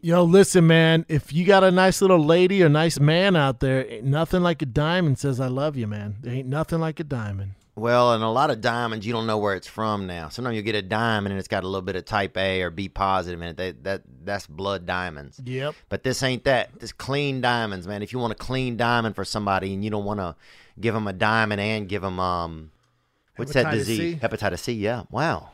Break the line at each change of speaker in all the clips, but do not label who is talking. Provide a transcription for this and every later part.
Yo, listen, man. If you got a nice little lady or nice man out there, ain't nothing like a diamond says I love you, man. There ain't nothing like a diamond.
Well, and a lot of diamonds, you don't know where it's from now. Sometimes you get a diamond and it's got a little bit of type A or B positive in it. That, that that's blood diamonds.
Yep.
But this ain't that. This clean diamonds, man. If you want a clean diamond for somebody and you don't want to give them a diamond and give them um, what's that
Hepatitis
disease?
C?
Hepatitis C. Yeah. Wow.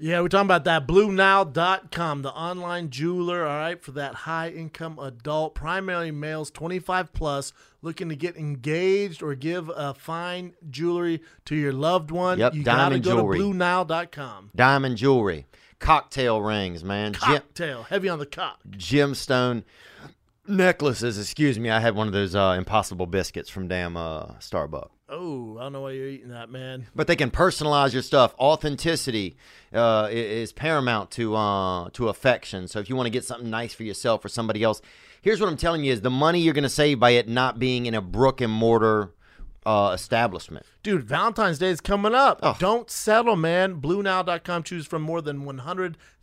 Yeah, we're talking about that BlueNile.com, the online jeweler, all right, for that high income adult, primarily males 25 plus, looking to get engaged or give a fine jewelry to your loved one.
Yep,
you
diamond
gotta go
jewelry.
to BlueNile.com.
Diamond jewelry, cocktail rings, man. Gem-
Cocktail, heavy on the cock.
gemstone necklaces. Excuse me. I had one of those uh, impossible biscuits from damn uh, Starbucks.
Oh, I don't know why you're eating that, man.
But they can personalize your stuff. Authenticity uh, i- is paramount to uh, to affection. So if you want to get something nice for yourself or somebody else, here's what I'm telling you: is the money you're going to save by it not being in a brick and mortar uh, establishment.
Dude, Valentine's Day is coming up.
Oh.
Don't settle, man. BlueNile.com choose from more than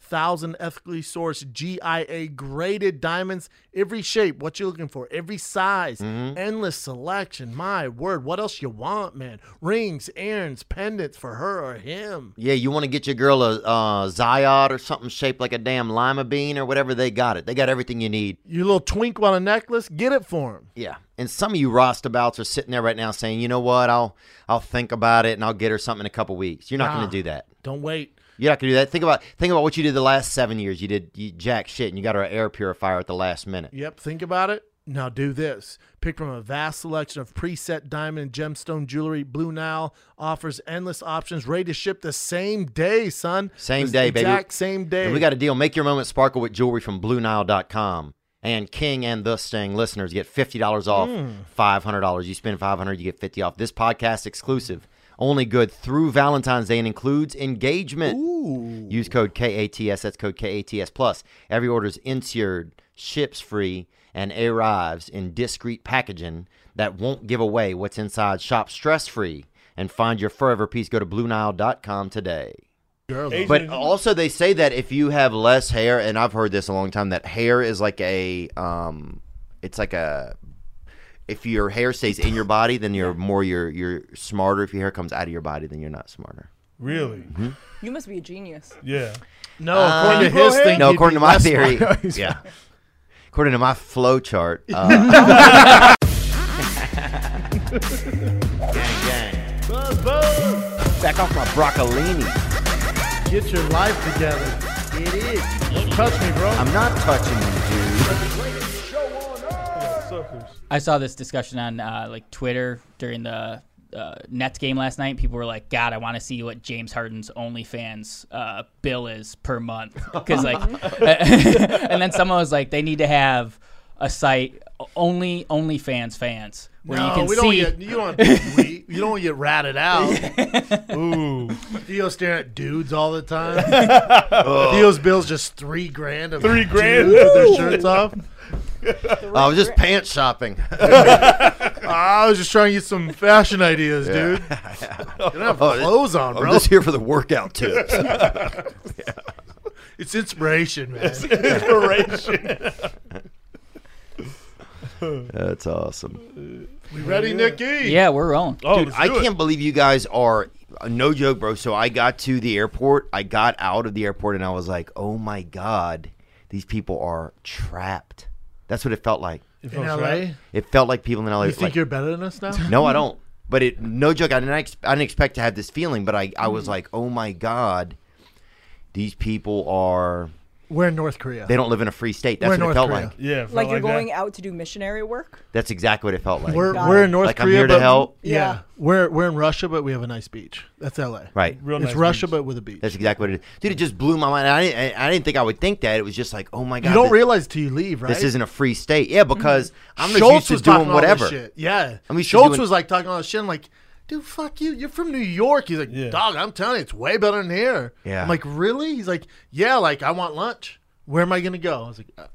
100,000 ethically sourced GIA graded diamonds, every shape, what you're looking for, every size, endless selection. My word, what else you want, man? Rings, errands, pendants for her or him.
Yeah, you want to get your girl a uh, Ziod or something shaped like a damn lima bean or whatever. They got it. They got everything you need.
Your little twink on a necklace, get it for him.
Yeah, and some of you roustabouts are sitting there right now saying, "You know what? I'll I'll think about it and I'll get her something in a couple weeks." You're not going
Nah.
to do that.
Don't wait.
You're not gonna do that. Think about think about what you did the last seven years. You did you jack shit, and you got her an air purifier at the last minute.
Yep, think about it. Now do this. Pick from a vast selection of preset diamond and gemstone jewelry. Blue Nile offers endless options, ready to ship the same day, son.
Same
The
day,
exact
baby.
same day.
And we got a deal. Make your moment sparkle with jewelry from BlueNile.com. And King and The Sting listeners get fifty dollars off
Mm.
five hundred dollars. You spend five hundred, you get fifty off. This podcast exclusive, only good through Valentine's Day, and includes engagement.
Ooh.
Use code KATS. That's code KATS. Plus, every order is insured, ships free, and arrives in discreet packaging that won't give away what's inside. Shop stress free and find your forever piece. Go to BlueNile.com today.
Girl,
But also, they say that if you have less hair, and I've heard this a long time, that hair is like a, um, it's like a, if your hair stays in your body, then you're more you're you're smarter. If your hair comes out of your body, then you're not smarter.
Really?
Mm-hmm.
You must be a genius.
Yeah.
no, according to
Uh,
his thing.
No,
you'd
according
be
to my
less
theory,
smart.
yeah. According to my flow chart, uh, gang, gang. back off my broccolini.
Get your life together. It is. Don't touch me, bro.
I'm not touching you, dude.
Suckers.
I saw this discussion on uh, like Twitter during the uh, Nets game last night. People were like, "God, I want to see what James Harden's OnlyFans uh, bill is per month." Because like, and then someone was like, "They need to have a site only OnlyFans fans where
no,
you can
we
see."
don't get, you don't we, you don't get ratted out.
Ooh.
Theo staring at dudes all the time. Theo's bill's just three grand. Of
Three grand?
dudes with their shirts off.
I was just pants shopping.
I was just trying to get some fashion ideas, dude. You don't have clothes on,
Oh, I'm
bro.
just here for the workout tips.
It's inspiration, man.
Inspiration.
That's awesome,
We ready, Nikki?
yeah, we're on.
Oh,
dude. I can't believe you guys are uh, no joke, bro. So I got to the airport. I got out of the airport, and I was like, "Oh my god, these people are trapped." That's what it felt like.
In LA?
It felt like people in LA.
You think
like,
you're better than us now?
no, I don't. But it, no joke. I didn't, ex- I didn't expect to have this feeling, but I, I
Mm.
was like, oh my god, these people are.
We're in North Korea.
They don't live in a free state. That's
We're
what
in
it
North
felt
Korea.
like.
Yeah. felt
Like, you're
that.
going out to do missionary work.
That's exactly what it felt like.
we're
Got
we're
it.
in North
Like, I'm
Korea,
here to
but
help.
Yeah.
Yeah.
We're we're in Russia, but we have a nice beach. That's LA.
right.
Real
it's
nice
Russia,
beach.
but with a beach.
That's exactly what it is, dude. It just blew my mind. I didn't. I I didn't think I would think that. It was just like, oh my god.
you don't
thi-
realize till you leave, right?
This isn't a free state. Yeah, because I'm just
Schultz
used to
was
doing
talking all this
whatever.
shit. Yeah.
I'm used to
Schultz
doing-
was like talking all this shit. I'm like, dude, fuck you. You're from New York. He's like,
Yeah.
dog, I'm telling you, it's way better than here.
Yeah.
I'm like, really? He's like, yeah, like, I want lunch. Where am I going to go? I was like, uh,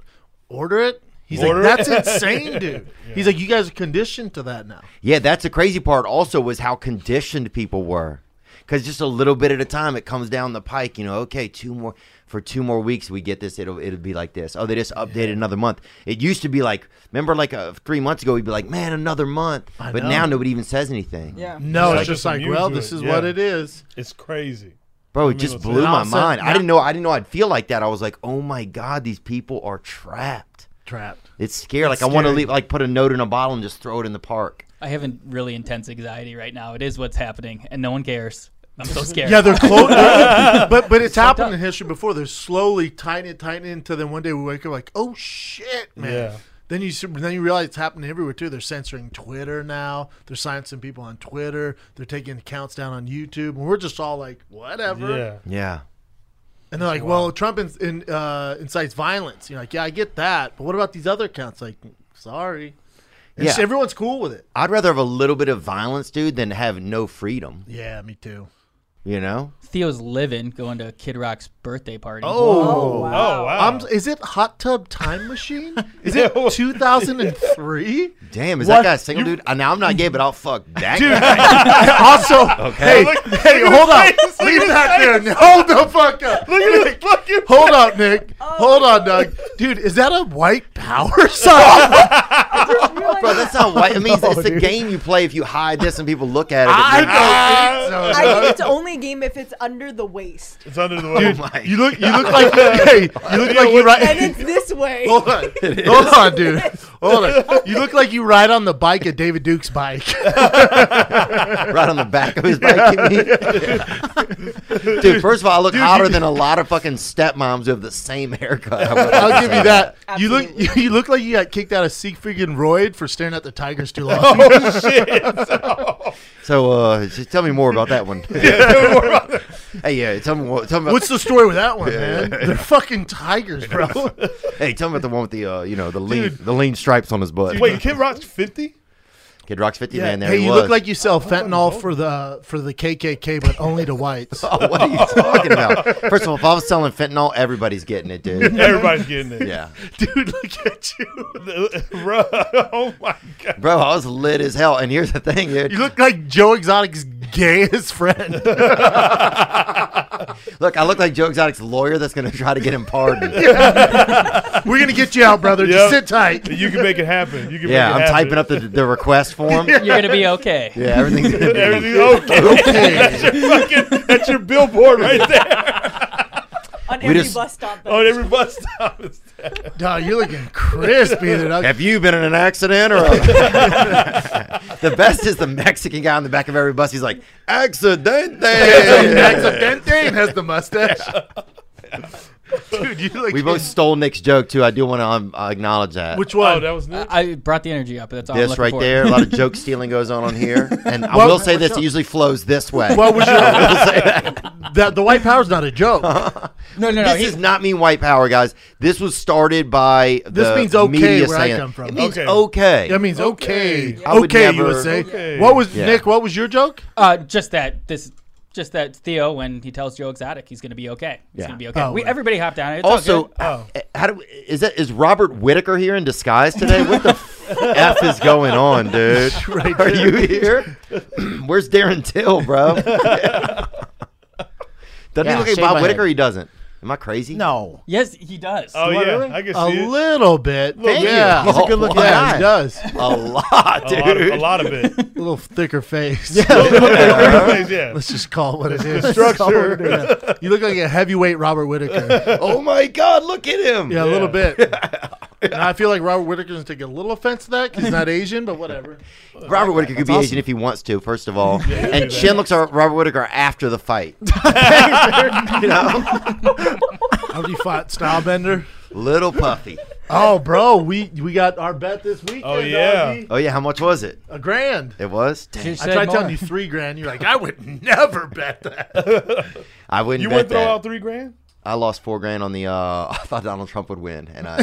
order it. He's
Order
like,
it?
that's insane, dude. He's like, you guys are conditioned to that now.
Yeah, that's the crazy part. Also, was how conditioned people were, because just a little bit at a time, it comes down the pike. You know, okay, two more, for two more weeks we get this it'll it'll be like this oh they just updated another month it used to be like remember like uh, three months ago we'd be like man another month
I
but
know.
now nobody even says anything
Yeah.
No,
It's
it's just
just
like,
immune
well,
to
this
it,
is
yeah.
what it is.
It's crazy.
Bro, it
mean,
just
it's
blew
all
my
of a sudden-
mind. I
yeah.
didn't know. I didn't know I'd feel like that. I was like, "Oh my god, these people are trapped."
Trapped.
It's scary. like I want to
scary.
leave. Like put a note in a bottle and just throw it in the park.
I have a really intense anxiety right now. It is what's happening, and no one cares. I'm so scared.
Yeah, they're close. but but it's happened in history before. They're slowly tightening, tightening until then one day we wake up like, oh shit, man.
Yeah.
Then you s- then you realize it's happening everywhere too. They're censoring Twitter now. They're silencing people on Twitter. They're taking accounts down on YouTube, and we're just all like, whatever.
Yeah.
Yeah,
And they're like, well, Trump in, in, uh, incites violence. You're like, yeah, I get that, but what about these other accounts? Like, sorry. It's-
Yeah.
Everyone's cool with it.
I'd rather have a little bit of violence, dude, than have no freedom.
Yeah, me too.
You know?
Theo's living, going to Kid Rock's birthday party.
Oh.
Oh, wow.
Oh wow.
Um, is it Hot Tub Time Machine? Is
Yeah.
it 2003?
Damn, is
What?
that guy single, dude? Uh, Now I'm not gay, but I'll fuck that guy.
also, hey,
Look- look
hey,
at his
hold on.
face, look
Leave
at
that
his
there. Now. Hold the fuck up.
Look at this fucking.
Hold on, Nick.
Oh.
Hold on, Doug. Dude, is that a white power song?
Bro, that's not white. I mean, it's, it's a game you play. If you hide this and people look at it, it makes-
I don't think
I
so.
think
Doug.
it's only a game if it's under the waist.
It's under the way.
oh my
You look, you look like, hey, you look like you
And
ride.
it's this way.
Hold on, hold on, dude. Hold on. You look like you ride on the bike of David Duke's bike.
right on the back of his bike. you mean? Dude, first of all, I look hotter than a lot of fucking stepmoms who have the same haircut. I would
I'll
have to
give
say.
you that. You look,
Absolutely.
you, look like you got kicked out of Siegfried and Royd for staring at the tigers too long.
Oh, So, uh, just tell me more about that one. hey, yeah, tell me, what, tell me about,
What's the story with that one, man? They're fucking tigers, bro.
hey, tell me about the one with the, uh, you know, the lean, the lean stripes on his butt.
Wait, Kid Rock's fifty.
Kid Rock's fifty man. There
hey,
he
you
was.
look like you sell fentanyl for the for the KKK, but only to whites.
Oh, what are you talking about? First of all, if I was selling fentanyl, everybody's getting it, dude.
Everybody's getting it.
Yeah,
Dude, look at you.
Bro, oh my god.
bro, I was lit as hell. And here's the thing, dude.
You look like Joe Exotic's gayest friend.
Look, I look like Joe Exotic's lawyer that's gonna try to get him pardoned.
We're gonna get you out, brother.
Yep.
Just sit tight.
You can make it happen. You can
Yeah,
make
I'm
it happen.
typing up the, the request form.
You're gonna be okay.
Yeah, everything's gonna be.
Everything's okay. that's your fucking that's your billboard right there.
on every
just-
bus stop.
On every bus stop. It's that.
Dog, you're looking crispy. Dude.
Have you been in an accident or? A- the best is the Mexican guy on the back of every bus. He's like, accidente.
Accidente has the mustache. Dude, you look.
we both stole Nick's joke too. I do want to um, acknowledge that.
Which
Oh,
one?
that was new.
I I brought the energy up. That's all. I'm
this
looking
right
for.
there, a lot of joke stealing goes on on here, and I
Well,
will say this:
what's
it
up?
usually flows this way.
What was your? that the white power's not a joke.
No, no, no.
this
He,
does not mean white power, guys. This was started by the
This means okay
media
where I
saying-
come from.
It means
Okay.
okay.
That means
Okay.
okay.
I would
Okay,
never-
USA.
Okay.
What was
Yeah.
Nick? What was your joke?
uh, just that. This. Just that Theo, when he tells Joe Exotic, he's gonna be okay. He's
Yeah.
gonna be okay.
Oh,
we,
right. Oh.
everybody hopped down. It's all
also,
good.
uh, how do we, is that is Robert Whitaker here in disguise today? What the f is going on, dude? Are you here? Where's Darren Till, bro? Doesn't
Yeah,
he look like
shave
Bob
my
Whitaker?
head.
He doesn't. Am I crazy?
No.
yes, he does.
oh yeah,
really?
I can see
A
it.
little bit.
Thank
yeah.
you. He's a good
yeah,
looking guy.
he does.
A lot,
a,
dude.
lot of, a lot of it.
A little thicker face.
yeah.
Let's just call it what it is.
Structure.
You look like a heavyweight Robert Whitaker.
oh my God, look at him.
Yeah, a little bit. And I feel like Robert Whitaker's gonna take a little offense to that 'cause he's not Asian, but whatever.
Robert Whitaker could be Asian if he wants to, first of all. and Chin looks at Robert Whitaker after the fight. you know?
How do you fight Stylebender?
Little puffy.
Oh, bro, we we got our bet this weekend.
Oh, yeah.
doggy.
Oh, yeah. How much was it?
a grand.
It was? Dang.
I tried telling you three grand. You're like, I would never bet that.
I wouldn't
You
bet
wouldn't throw
that.
out three grand?
I lost four grand on the. Uh, I thought Donald Trump would win, and I.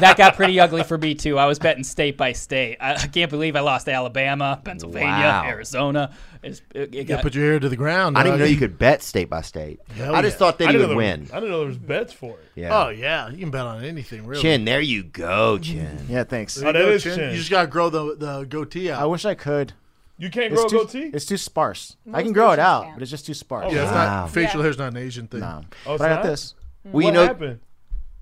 that got pretty ugly for me too. I was betting state by state. I, I can't believe I lost to Alabama, Pennsylvania,
Wow.
Arizona. It's, it, it
Yeah,
got,
put your ear to the ground.
I didn't even know
doggy.
you could bet state by state.
Hell
I just
yeah.
thought that
I
he would
didn't know there
win.
was- I didn't know there was bets for it.
Yeah.
Oh yeah, you can bet on anything really.
Chin, there you go, Chin.
Mm.
Yeah, thanks.
Oh, that
Go,
is
Chin.
chin.
You just gotta grow the the goatee out.
I wish I could.
You can't
It's
grow a
too,
goatee?
it's too sparse. I
Most
can grow it
nations
out,
can.
but it's just too sparse.
Yeah, it's
Wow.
not facial hair's not an Asian thing.
No.
Oh, it's
but I
not?
got this.
We
what
know.
happened?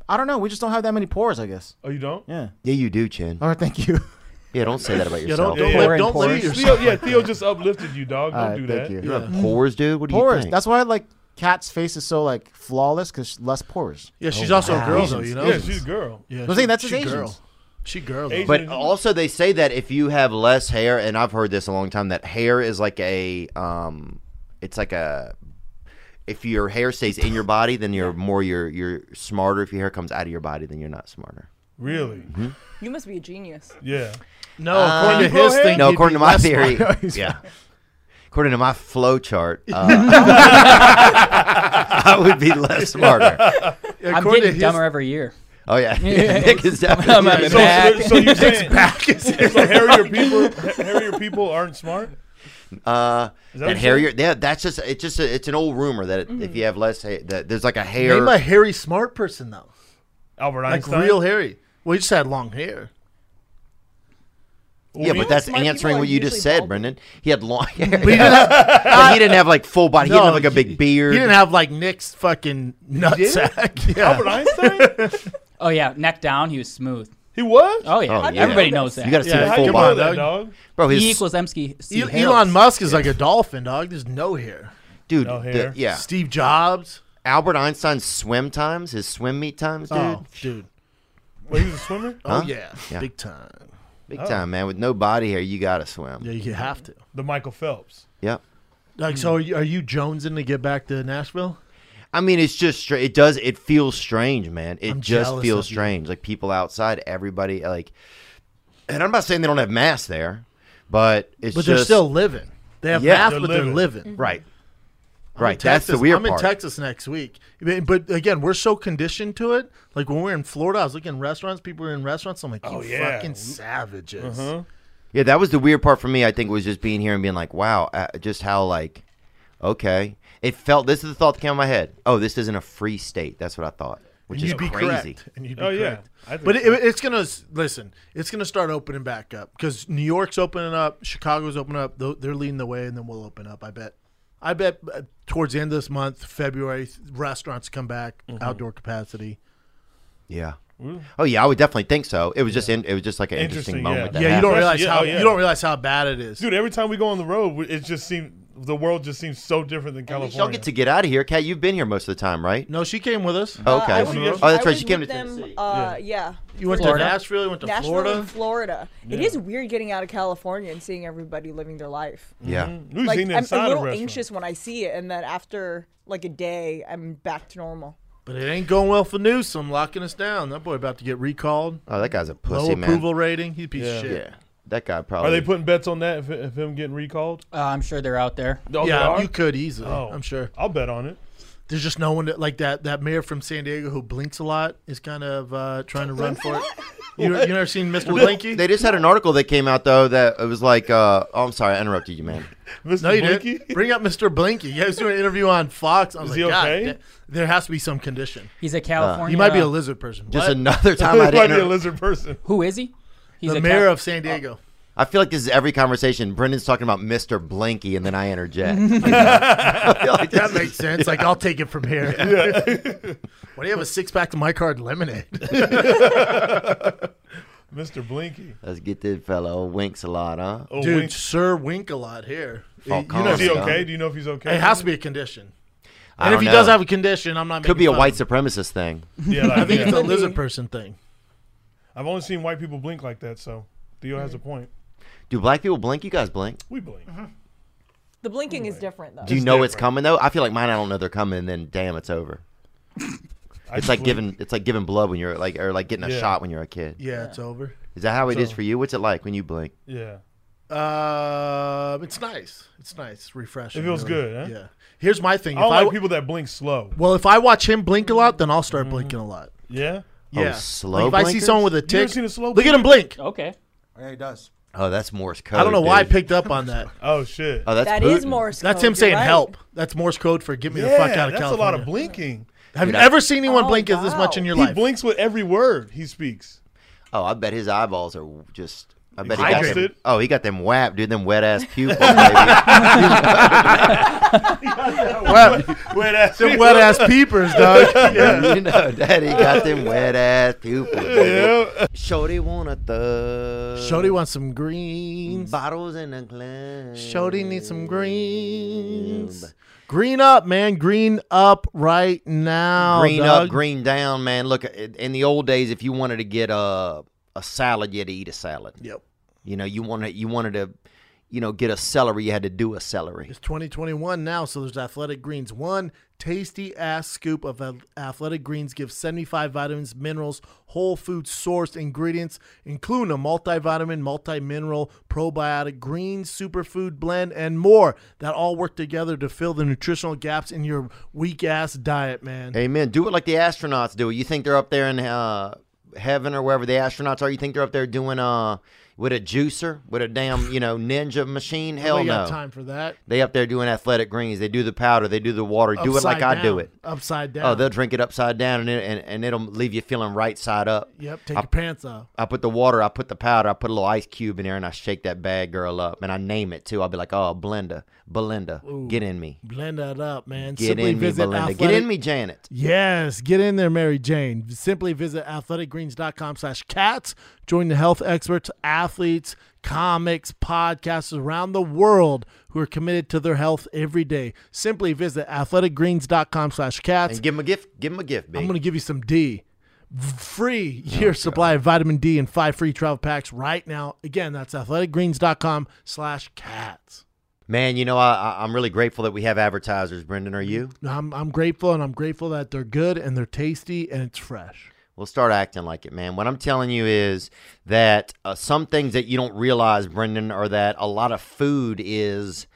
I don't know. We just don't have that many pores, I guess.
Oh, you don't?
Yeah.
Yeah, you do, Chin.
All right. Thank you.
Yeah, don't say that about
Yeah,
yourself.
don't don't,
Yeah,
let-
yeah.
don't let
Foreign
yourself.
Theo, yeah, Theo just uplifted you, dog. Don't
All right.
do that.
thank you.
You have pores, dude. What do you
Pores.
think?
That's why like Cat's face is so like flawless because less pores. Oh,
Yeah, she's also a girl though, you know.
Yeah, she's a girl.
Yeah,
I'm saying that's just
she girl.
Asians.
She girl.
Asian-
Though.
But also, they say that if you have less hair, and I've heard this a long time, that hair is like a, um, it's like a, if your hair stays in your body, then you're more you're you're smarter. If your hair comes out of your body, then you're not smarter.
Really?
Mm-hmm.
You must be a genius.
Yeah.
No,
Oh,
according to
Uh,
his thing.
Um, No,
you'd
according
be
to my
less
theory,
smart.
yeah. According to my flow chart, uh, I would be less smarter.
I'm
According to
getting
his-
dumber every year.
Oh yeah, Nick is definitely.
I'm at
So,
the
so,
back.
so you're saying so hairier people, ha- hairier people aren't smart?
Uh,
that what
that
you
hair, you're- yeah, that's just it's just a, it's an old rumor that if you have less hair, that there's like a hair.
Name a hairy smart person though,
Albert
like
Einstein.
real hairy. Well, he just had long hair.
Well,
yeah,
we-
but that's
smart people
answering
are
what you just
usually
said,
bald.
Brendan. He had long hair. But he, didn't have, like full body. he didn't have like a big beard.
He didn't have like Nick's fucking nutsack. Yeah.
Albert Einstein?
Oh yeah, neck down, he was smooth.
He was?
Oh yeah,
Oh, yeah.
everybody knows that.
you got to see
Yeah,
the
How
full
you
body,
know that,
dog.
dog?
bro. His
E equals MC.
E- Elon Musk is like a dolphin, dog. There's no hair.
dude,
No
the-
hair.
yeah.
Steve Jobs.
Albert Einstein's swim times, his swim meet times, dude,
Oh, dude.
Wait, he was a swimmer?
Oh
Huh?
yeah.
Yeah.
big time.
big time, man. With no body hair, you gotta swim.
Yeah, you have to.
The Michael Phelps.
Yep.
Like, so are you, are you jonesing to get back to Nashville?
I mean, it's just stra- it does it feels strange, man. It
I'm
just
jealous
feels
of you.
strange. Like people outside, everybody like, and I'm not saying they don't have masks there, but it's
But
just
they're still living. They have
Yeah.
math,
They're
but they're
living.
living.
right,
I'm in
right. That's the
Texas-
weird
I'm
part.
in Texas next week, I mean, but again, we're so conditioned to it. Like when we we're in Florida, I was looking at restaurants. People were in restaurants. I'm like, you
Oh, yeah. Uh-huh.
fucking savages.
Yeah, that was the weird part for me. I think was just being here and being like, wow, uh, just how like, okay, it felt. This is the thought that came in my head. Oh, this isn't a free state. That's what I thought, which
And
is
you'd be
crazy.
correct. And you'd be
Oh, yeah.
correct.
I think
But
so.
it, it's gonna s- listen. It's gonna start opening back up because New York's opening up, Chicago's opening up. tho- They're leading the way, and then we'll open up. I bet. I bet uh, towards the end of this month, February, th- restaurants come back,
Mm-hmm.
outdoor capacity.
Yeah. Oh yeah, I would definitely think so. It was just in, it was just like an interesting,
Interesting,
moment.
yeah.
That
yeah, you don't
happens.
realize
Yeah,
how
oh, yeah.
you don't realize how bad it is.
Dude, every time we go on the road, we- it just seems the world just seems so different than
Y'all
California.
get to get out of here, Kat. You've been here most of the time, right?
No, she came with us.
Oh, okay.
Uh, I
oh,
was-
that's
I
right.
was
She came to
with them,
Tennessee.
Uh, yeah.
You went
Florida.
to Nashville. You went to
Nashville
Florida.
and Florida. It
Yeah.
is weird getting out of California and seeing everybody living their life.
yeah.
We've
Like
seen it
I'm
inside
a little
restaurant.
anxious when I see it, and then after like a day, I'm back to normal.
But it ain't going well for Newsom locking us down. That boy about to get recalled.
Oh, that guy's a pussy,
Low
man.
approval rating. He's a piece
Yeah.
of shit.
Yeah. That guy probably.
Are they putting bets on that if, if him getting recalled?
Uh, I'm sure they're out there.
Oh, they
yeah,
are?
you could easily.
Oh.
I'm sure.
I'll bet on it.
There's just no one that, like that. That mayor from San Diego who blinks a lot is kind of uh, trying to run for it. You, you never seen Mr. Blinky?
They just had an article that came out though that it was like, uh, oh, I'm sorry, I interrupted you, man.
Mr.
no, you
Blinky?
didn't. Bring up Mr. Blinky. Yeah, he was doing an interview on Fox. I was
Is
like,
he
God,
okay?
th- there has to be some condition.
He's a California.
He might be a lizard person.
Just
What?
another time I
Might
had
be
to
a
inter-
lizard person.
Who is he? He's
the
a Oh.
mayor
Cal-
of San Diego.
I feel like this is every conversation. Brendan's talking about Mr. Blinky, and then I interject. You know? I feel like this
That
is-
makes sense. Like, I'll take it from here. Why do you have a six pack of my card lemonade?
Mr. Blinky.
Let's get this fellow winks a lot, huh?
Oh,
Dude,
wink.
Sir Wink a lot here.
Fuck
You
off.
know,
Is he
Scott.
okay? Do you know if he's okay?
it has to be a condition.
I
and if
don't
he does
know.
have a condition, I'm not.
could
making
be a
fun
white
of
supremacist thing.
Yeah, like,
him. I think it's
yeah.
a lizard person thing.
I've only seen white people blink like that, so Theo has a point.
Do black people blink? You guys blink?
We blink.
The blinking is different though.
Do you know it's
different.
coming though? I feel like mine. I don't know they're coming, and then damn, it's over.
I
It's like
blink.
giving. It's like giving blood when you're like, or like getting a
Yeah.
shot when you're a kid.
Yeah, it's over.
Is that how it is
So-
for you? What's it like when you blink?
Yeah.
Uh, it's nice. It's nice. It's refreshing.
It feels good, huh?
Yeah. Here's my thing.
I
If
don't
I,
like people that blink slow.
well, if I watch him blink a lot, then I'll start blinking a lot.
Mm-hmm. Yeah.
Oh,
Yeah.
slow
Like if I see
blinkers?
someone with a
You ever
tick,
seen a slow
look at him blink.
Okay.
Yeah, he does.
Oh, that's Morse code.
I don't know why I
dude.
picked up on that.
Oh shit.
Oh, that's
That
Putin.
is Morse
That's
code,
him
you're
saying
right.
help. That's Morse code for get me
yeah,
the fuck out of
that's
California.
a lot of blinking.
Have
Dude,
you
I-
ever seen anyone
Oh,
blink as this much in your
He
life?
blinks with every word he speaks.
Oh, I bet his eyeballs are just I bet he got
Hydrated.
them, Oh, he got them whap, dude. Them wet ass pupils. baby.
Wet,
Wet ass.
them wet ass peepers, dog.
you know, daddy got them wet ass pupils. Baby. Shorty want a thug.
Shody wants some greens.
bottles in a glass.
Shody needs some greens. Green up, man. Green up right now.
green
dog.
up, green down, man. Look, in in the old days, if you wanted to get a a salad, you had to eat a salad.
Yep.
You know, you wanted you wanted to, you know, get a celery, you had to do a celery.
It's 2021 now, so there's Athletic Greens. One tasty ass scoop of Ath- Athletic Greens gives 75 vitamins, minerals, whole food sourced ingredients, including a multivitamin, multi mineral, probiotic, green superfood blend, and more that all work together to fill the nutritional gaps in your weak ass diet, man.
Amen. Do it like the astronauts do it. You think they're up there in uh, heaven or wherever the astronauts are? You think they're up there doing uh with a juicer, with a damn you know ninja machine? Hell
we
no.
got time for that.
They up there doing athletic greens. They do the powder. They do the water. do it like
Upside
I do
down.
it.
Upside down.
Oh, they'll drink it upside down and it, and, and it'll leave you feeling right side up.
Yep, take your pants off.
I put the water, I put the powder, I put a little ice cube in there, and I shake that bad girl up, and I name it too. I'll be like, "Oh, Belinda, Belinda, get in me,
Blend that up, man.
get
Simply
in me,
visit
Belinda, get
athletic-
in me, Janet."
Yes, get in there, Mary Jane. Simply visit athleticgreens.com slash cats. Join the health experts, athletes, comics, podcasters around the world who are committed to their health every day. Simply visit athleticgreens.com slash cats.
And give him a gift. Give him a gift, Oh,
I'm
big.
going to give you some D. Free year supply of vitamin D and five free travel packs right now. Again, that's athleticgreens.com slash cats.
Man, you know, I, I, I'm really grateful that we have advertisers. Brendan, are
Mm-hmm.
you?
I'm, I'm grateful, and I'm grateful that they're good and they're tasty and it's fresh.
Well, start acting like it, man. What I'm telling you is that uh, some things that you don't realize, Brendan, are that a lot of food is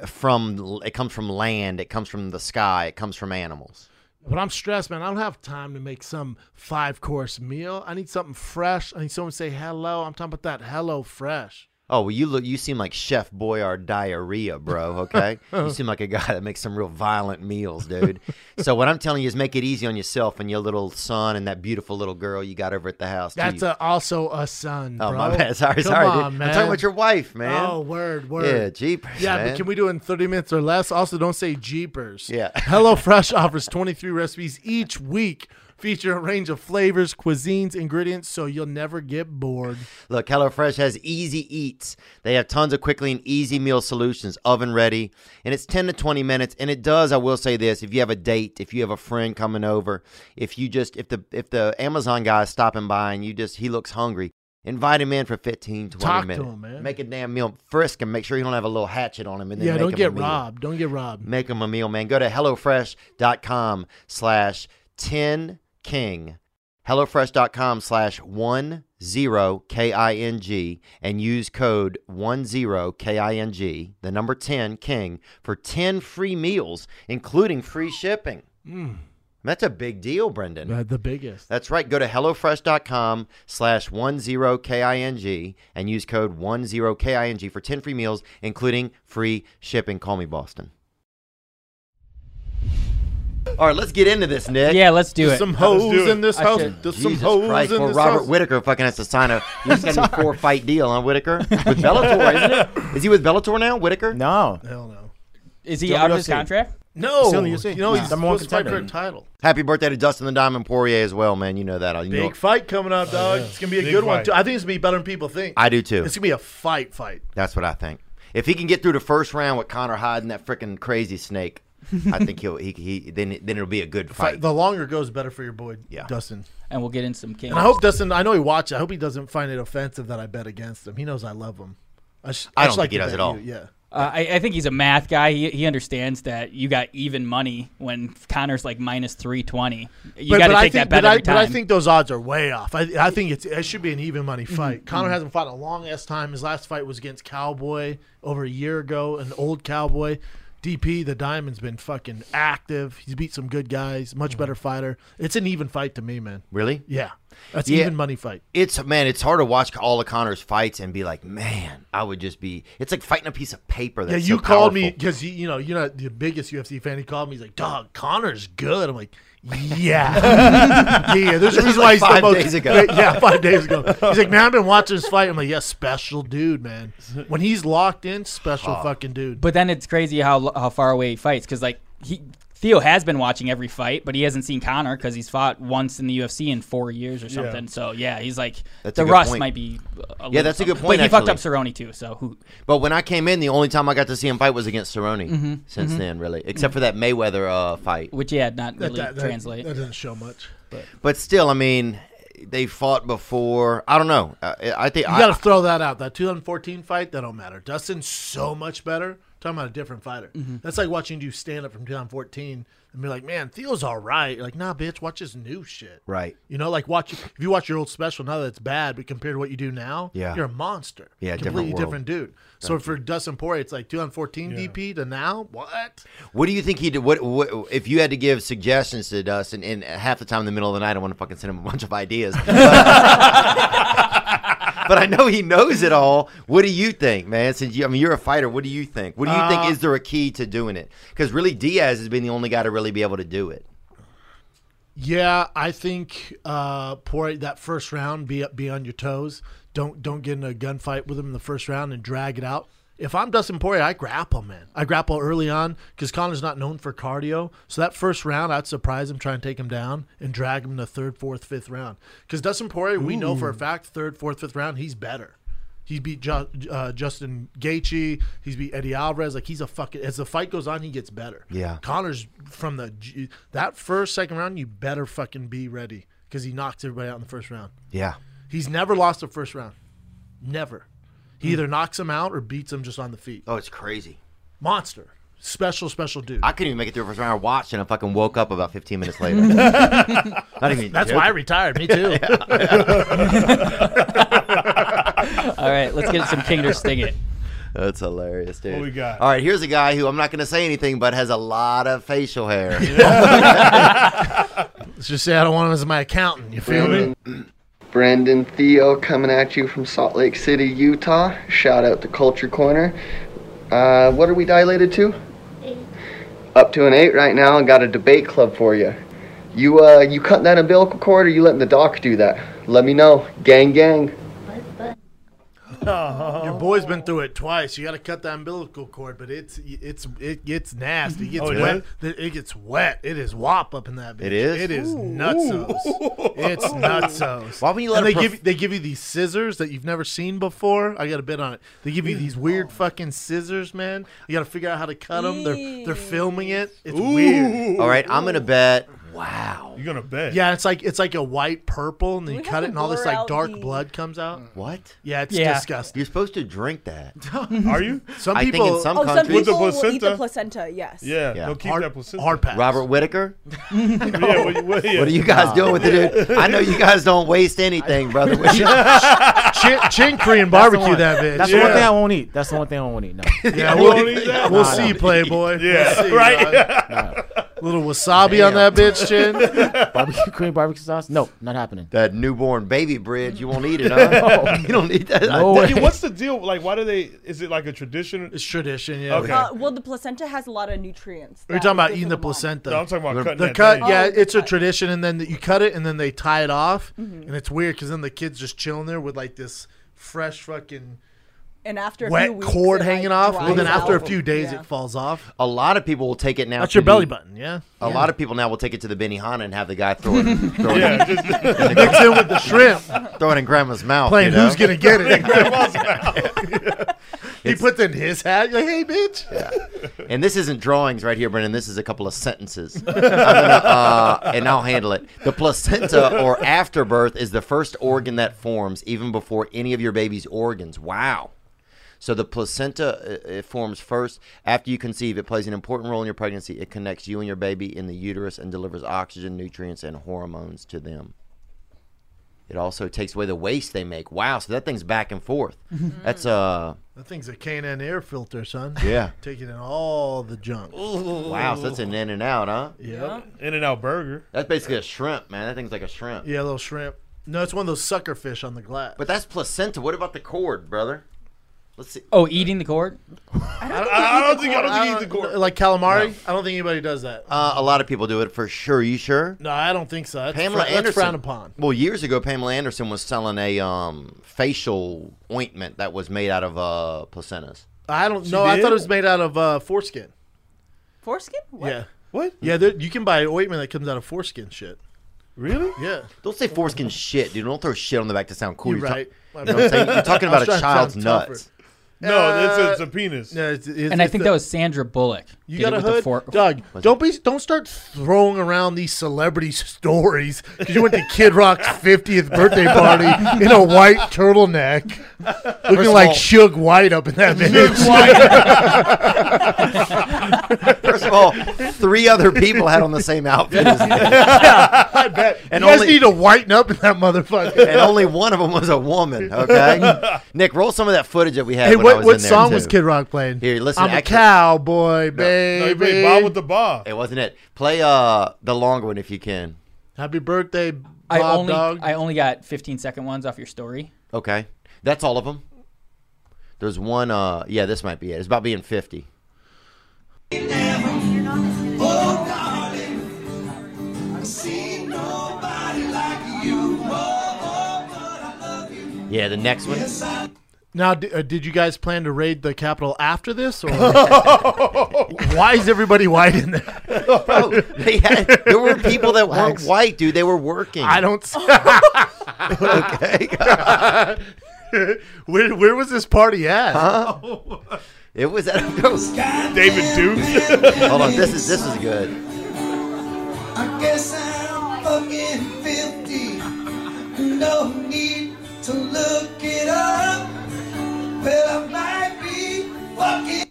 uh, from it comes from land, it comes from the sky, it comes from animals.
But I'm stressed, man. I don't have time to make some five course meal. I need something fresh. I need someone to say hello. I'm talking about that hello fresh.
Oh well, you look. You seem like Chef Boyard diarrhea, bro. Okay, you seem like a guy that makes some real violent meals, dude. so what I'm telling you is, make it easy on yourself and your little son and that beautiful little girl you got over at the house. too.
That's a, also a son.
oh
bro.
my bad. Sorry,
Come
sorry,
on,
dude.
man.
I'm talking about your wife, man.
Oh, word, word.
yeah, jeepers,
Yeah,
man.
but can we do it in 30 minutes or less? Also, don't say jeepers.
Yeah.
HelloFresh offers 23 recipes each week, feature a range of flavors, cuisines, ingredients, so you'll never get bored.
Look, HelloFresh has easy eats. They have tons of quickly and easy meal solutions, oven ready, and it's 10 to 20 minutes. And it does, I will say this, if you have a date, if you have a friend coming over, if you just if the if the Amazon guy is stopping by and you just he looks hungry, invite him in for 15 20
Talk to
minutes.
him, man.
Make a damn meal frisk and make sure you don't have a little hatchet on him and then
yeah,
make
don't
him a
get
meal.
robbed. Don't get robbed.
Make him a meal, man. Go to HelloFresh.com slash 10 King. HelloFresh.com slash 10 K I N G and use code 10 K I N G, the number 10 King, for 10 free meals, including free shipping.
Mm.
That's a big deal, Brendan.
Uh, The biggest.
That's right. Go to HelloFresh.com slash 10KING and use code 10KING for 10 free meals, including free shipping. Call me Boston. All right, let's get into this, Nick.
Yeah, let's do it.
Some
Let's do
hoes
it.
in this
I
house.
should-
There's some
Jesus
hoes
Christ.
in
Well,
this
Robert
house.
Whitaker fucking has to sign a he's got a four fight deal on Whitaker with Bellator, isn't it? Is he with Bellator now, Whitaker?
No.
Hell no.
Is he
Don't
out
go
of his
see it.
contract?
No,
Still in the
you
UFC.
know
Nah.
he's
Number one
supposed to fight for a
contender.
title.
Happy birthday to Dustin the Diamond Poirier as well, man. You know that. I, you know-
Big fight coming up, dog. It's gonna be a
Big
good one
fight.
too. I think it's gonna be better than people think.
I do too.
It's gonna be a fight, fight.
That's what I think. If he can get through the first round with Connor Hyde and that freaking crazy snake, I think he'll he, he then then it'll be a good
fight.
fight.
The longer it goes, better for your boy,
Yeah.
Dustin.
And we'll get in some king.
And I hope Dustin. I know he watches. I hope he doesn't find it offensive that I bet against him. He knows I love him. I, sh-
I
I'd
don't
like
think he
to
does
bet
at all.
you, Yeah.
Uh, I, I think he's a math guy. He, he understands that you got even money when Connor's like minus 320. You got to
I think,
take that bet
but, I,
every
but
time.
I think those odds are way off. I, I think it's it should be an even money
Mm-hmm.
fight. Connor hasn't fought in a long ass time. His last fight was against Cowboy over a year ago, an old Cowboy. DP the Diamond's been fucking active. He's beat some good guys.
Mm-hmm.
Much better fighter. It's an even fight to me, man.
really?
Yeah, that's
Yeah.
even money fight.
It's man, it's hard to watch all of Connor's fights and be like, man, I would just be. It's like fighting a piece of paper. That's
yeah, you
so
called me
powerful.
because you, you know you're not the biggest UFC fan. He called me. He's like, "Dog, Connor's good." I'm like, Yeah. yeah, yeah. There's a reason
like
why he's the
five
most.
days ago.
Yeah, five days ago. He's like, man, I've been watching this fight. I'm like, yeah, special dude, man. When he's locked in, special fucking dude.
But then it's crazy how lo- how far away he fights because like he Theo has been watching every fight, but he hasn't seen Connor because he's fought once in the UFC in four years or something. So yeah, he's like
That's a
the
good
rust
point.
might be. A
Yeah,
little
that's a
something.
good point,
But he fucked up
actually.
Cerrone too, so who?
But when I came in, the only time I got to see him fight was against Cerrone. Since then, really, except for that Mayweather uh, fight.
Mm-hmm, Which yeah, not
that,
really
that- that-
translate.
That doesn't show much. But
But still, I mean, they fought before. I don't know. Uh, I, I think
you
I,
got to throw that out. That 2014 fight, that don't matter. Dustin's so much better. Talking about a different fighter.
Mm-hmm.
That's like watching you stand up from 2014 and be like, man, Theo's all right. You're like, nah, bitch, watch his new shit.
right.
You know, like watch if you watch your old special now that's bad, but compared to what you do now,
Yeah.
you're a monster.
Yeah, different
completely
world.
different, dude. So for Dustin Poirier, it's like 2014 DP to now. What?
What do you think he did? What, what if you had to give suggestions to Dustin? And half the time in the middle of the night, I want to fucking send him a bunch of ideas. but I know he knows it all. What do you think, man? Since you, I mean, you're a fighter. What do you think? What do you
Uh,
think is there a key to doing it? Because really, Diaz has been the only guy to really be able to do it.
Yeah, I think uh Poirier that first round be up be on your toes. Don't don't get in a gunfight with him in the first round and drag it out. If I'm Dustin Poirier, I grapple, man. I grapple early on because Connor's not known for cardio. So that first round, I'd surprise him, try and take him down, and drag him in the third, fourth, fifth round. Because Dustin Poirier, we know for a fact, third, fourth, fifth round, he's better. He beat Ju- uh, Justin Gaethje. He's beat Eddie Alvarez. Like he's a fucking. As the fight goes on, he gets better.
Yeah.
Connor's from the G- that first second round. You better fucking be ready because he knocks everybody out in the first round.
Yeah.
He's never lost a first round. Never. He either knocks him out or beats him just on the feet.
Hmm. Oh, it's crazy.
Monster. Special, special dude.
I couldn't even make it through the first round. I watched and I fucking woke up about 15 minutes later. Not even.
That's why I retired. Me too.
All right, let's get some Kingder Sting it.
That's hilarious, dude.
What we got?
All right, here's a guy who I'm not going to say anything, but has a lot of facial hair.
Let's just say I don't want him as my accountant. You feel me?
Brandon Theo coming at you from Salt Lake City, Utah. Shout out to Culture Corner. Uh, what are we dilated to? Up to an eight right now, and got a debate club for you. You uh, you cutting that umbilical cord, or you letting the doc do that? Let me know. Gang, gang.
Oh.
Your boy's been through it twice. You got to cut the umbilical cord, but it's it's it gets nasty. It gets
Oh, it
wet. It gets wet. It is wop up in that bitch.
It is?
It is nutsos. It's nutsos.
Why wouldn't you let
and
a
they
prof-
give you- they give you these scissors that you've never seen before? I got a bit on it. They give you these weird fucking scissors, man. You got to figure out how to cut them. They're they're filming it. It's weird.
All right, I'm going to bet. Wow.
You're gonna bet.
Yeah, it's like it's like a white purple, and then you
We
cut
have
it,
to
and all this
blur
like
out
dark
the-
blood comes out.
What?
Yeah, it's
Yeah.
disgusting.
You're supposed to drink that.
Are you?
Some
I
people
think in some
Oh, some
countries.
With the
people will eat
placenta.
the placenta. Yes.
Yeah.
Yeah.
No, keep
hard,
that placenta.
hard pass.
Robert Whitaker?
Yeah, what, what, yeah.
What are you guys doing with it? dude? I know you guys don't waste anything, brother. What you-
chin, chin Korean
That's the
barbecue
one.
that bitch.
That's the
Yeah.
one thing I won't eat. That's the one thing I won't eat. No.
yeah,
You
we'll,
won't eat that?
we'll
Nah,
see, Playboy.
Yeah,
We'll see,
right?
dog. Little wasabi on
Damn.
that bitch, chin.
barbecue cream barbecue sauce? No, not happening.
that newborn baby bridge, you won't eat it, huh? you don't need that.
No
Well,
way.
yeah, What's the deal? Like, why do they? Is it like a tradition?
It's tradition, yeah.
Okay.
Uh, well, the placenta has a lot of nutrients.
We're
that
talking about
go to
eating the
mom.
placenta.
No, I'm talking about cutting
the
that
cut,
thing.
yeah,
Oh, the
it's a
cut. Mm-hmm.
tradition, and then you cut it, and then they tie it off, and it's weird because then the kid's just chilling there with like this fresh fucking
And after a few
wet
weeks,
cord
it, like,
hanging off, and then
dries
after a
out.
few days
Yeah.
it falls off.
A lot of people will take it now.
That's
to
your belly
the-
button, yeah.
A lot of people now will take it to the Benihana and have the guy throw it, throw it,
Yeah, just
Mix in with the shrimp,
throw it in grandma's mouth.
playing
you know?
who's gonna get it. he puts in his hat. You're like, hey, bitch.
And this isn't drawings right here, Brendan. This is a couple of sentences. I'm gonna, uh, and I'll handle it. The placenta or afterbirth is the first organ that forms even before any of your baby's organs. Wow. So the placenta uh, it forms first after you conceive. It plays an important role in your pregnancy. It connects you and your baby in the uterus and delivers oxygen, nutrients, and hormones to them. It also takes away the waste they make. Wow, so that thing's back and forth. That's uh
That thing's a K&N air filter, son.
yeah.
Taking in all the junk.
Wow, so that's an in and out, huh?
Yep.
In and Out Burger.
That's basically a shrimp, man. That thing's like a shrimp.
Yeah, little shrimp. No, it's one of those sucker fish on the glass.
But that's placenta. What about the cord, brother? Let's see.
Oh, eating the cord?
I, I don't think I don't think he's the core.
Like calamari? I don't think anybody does that.
Uh, a lot of people do it for sure. You sure?
No, I don't think so. That's
Pamela
fr-
Anderson.
That's frowned upon.
Well, years ago, Pamela Anderson was selling a um, facial ointment that was made out of uh, placentas.
I don't know. I
did?
thought it was made out of uh, foreskin.
Foreskin? What?
Yeah.
What?
Yeah, there, you can buy an ointment that comes out of foreskin shit.
Really?
Yeah.
Don't say foreskin shit, dude. Don't throw shit on the back to sound cool.
You're
ta-
right.
you know what I'm saying? You're talking
I was
about a
trying to sound
child's
tougher.
nuts.
No, that's a, it's a penis.
Yeah, Uh, it's, it's,
And I
it's
think
the-
that was Sandra Bullock.
You
did it
got a
with the
hood,
fork-
Doug. Don't be, don't start throwing around these celebrity stories because you went to Kid Rock's fiftieth birthday party in a white turtleneck, looking like
all-
Suge White up in that bitch.
First of all, three other people had on the same outfit, as
I bet.
And
you guys
only-
need to whiten up in that motherfucker.
and only one of them was a woman. Okay, Nick, roll some of that footage that we had.
hey,
when I was
what what
in there,
song
too.
was Kid Rock playing?
Here, listen,
I'm a
actually-
cowboy,
No, you
baby.
play Bob with the Bob.
It wasn't it. Play uh the longer one if you can.
Happy birthday, Bob
I only
Dog.
I only got 15 second ones off your story.
Okay, that's all of them. There's one. Uh, yeah, this might be it. It's about being fifty. Yeah, the next one.
now, d- uh, did you guys plan to raid the Capitol after this, or why is everybody white in there?
Oh, they had, there were people that weren't white, dude. They were working.
I don't. s-
Okay.
where, where was this party at?
it was at a ghost.
David Duke.
Hold on, this is this is good.
I guess I'm fucking 50. No need to look it up. Well, I might be fucking.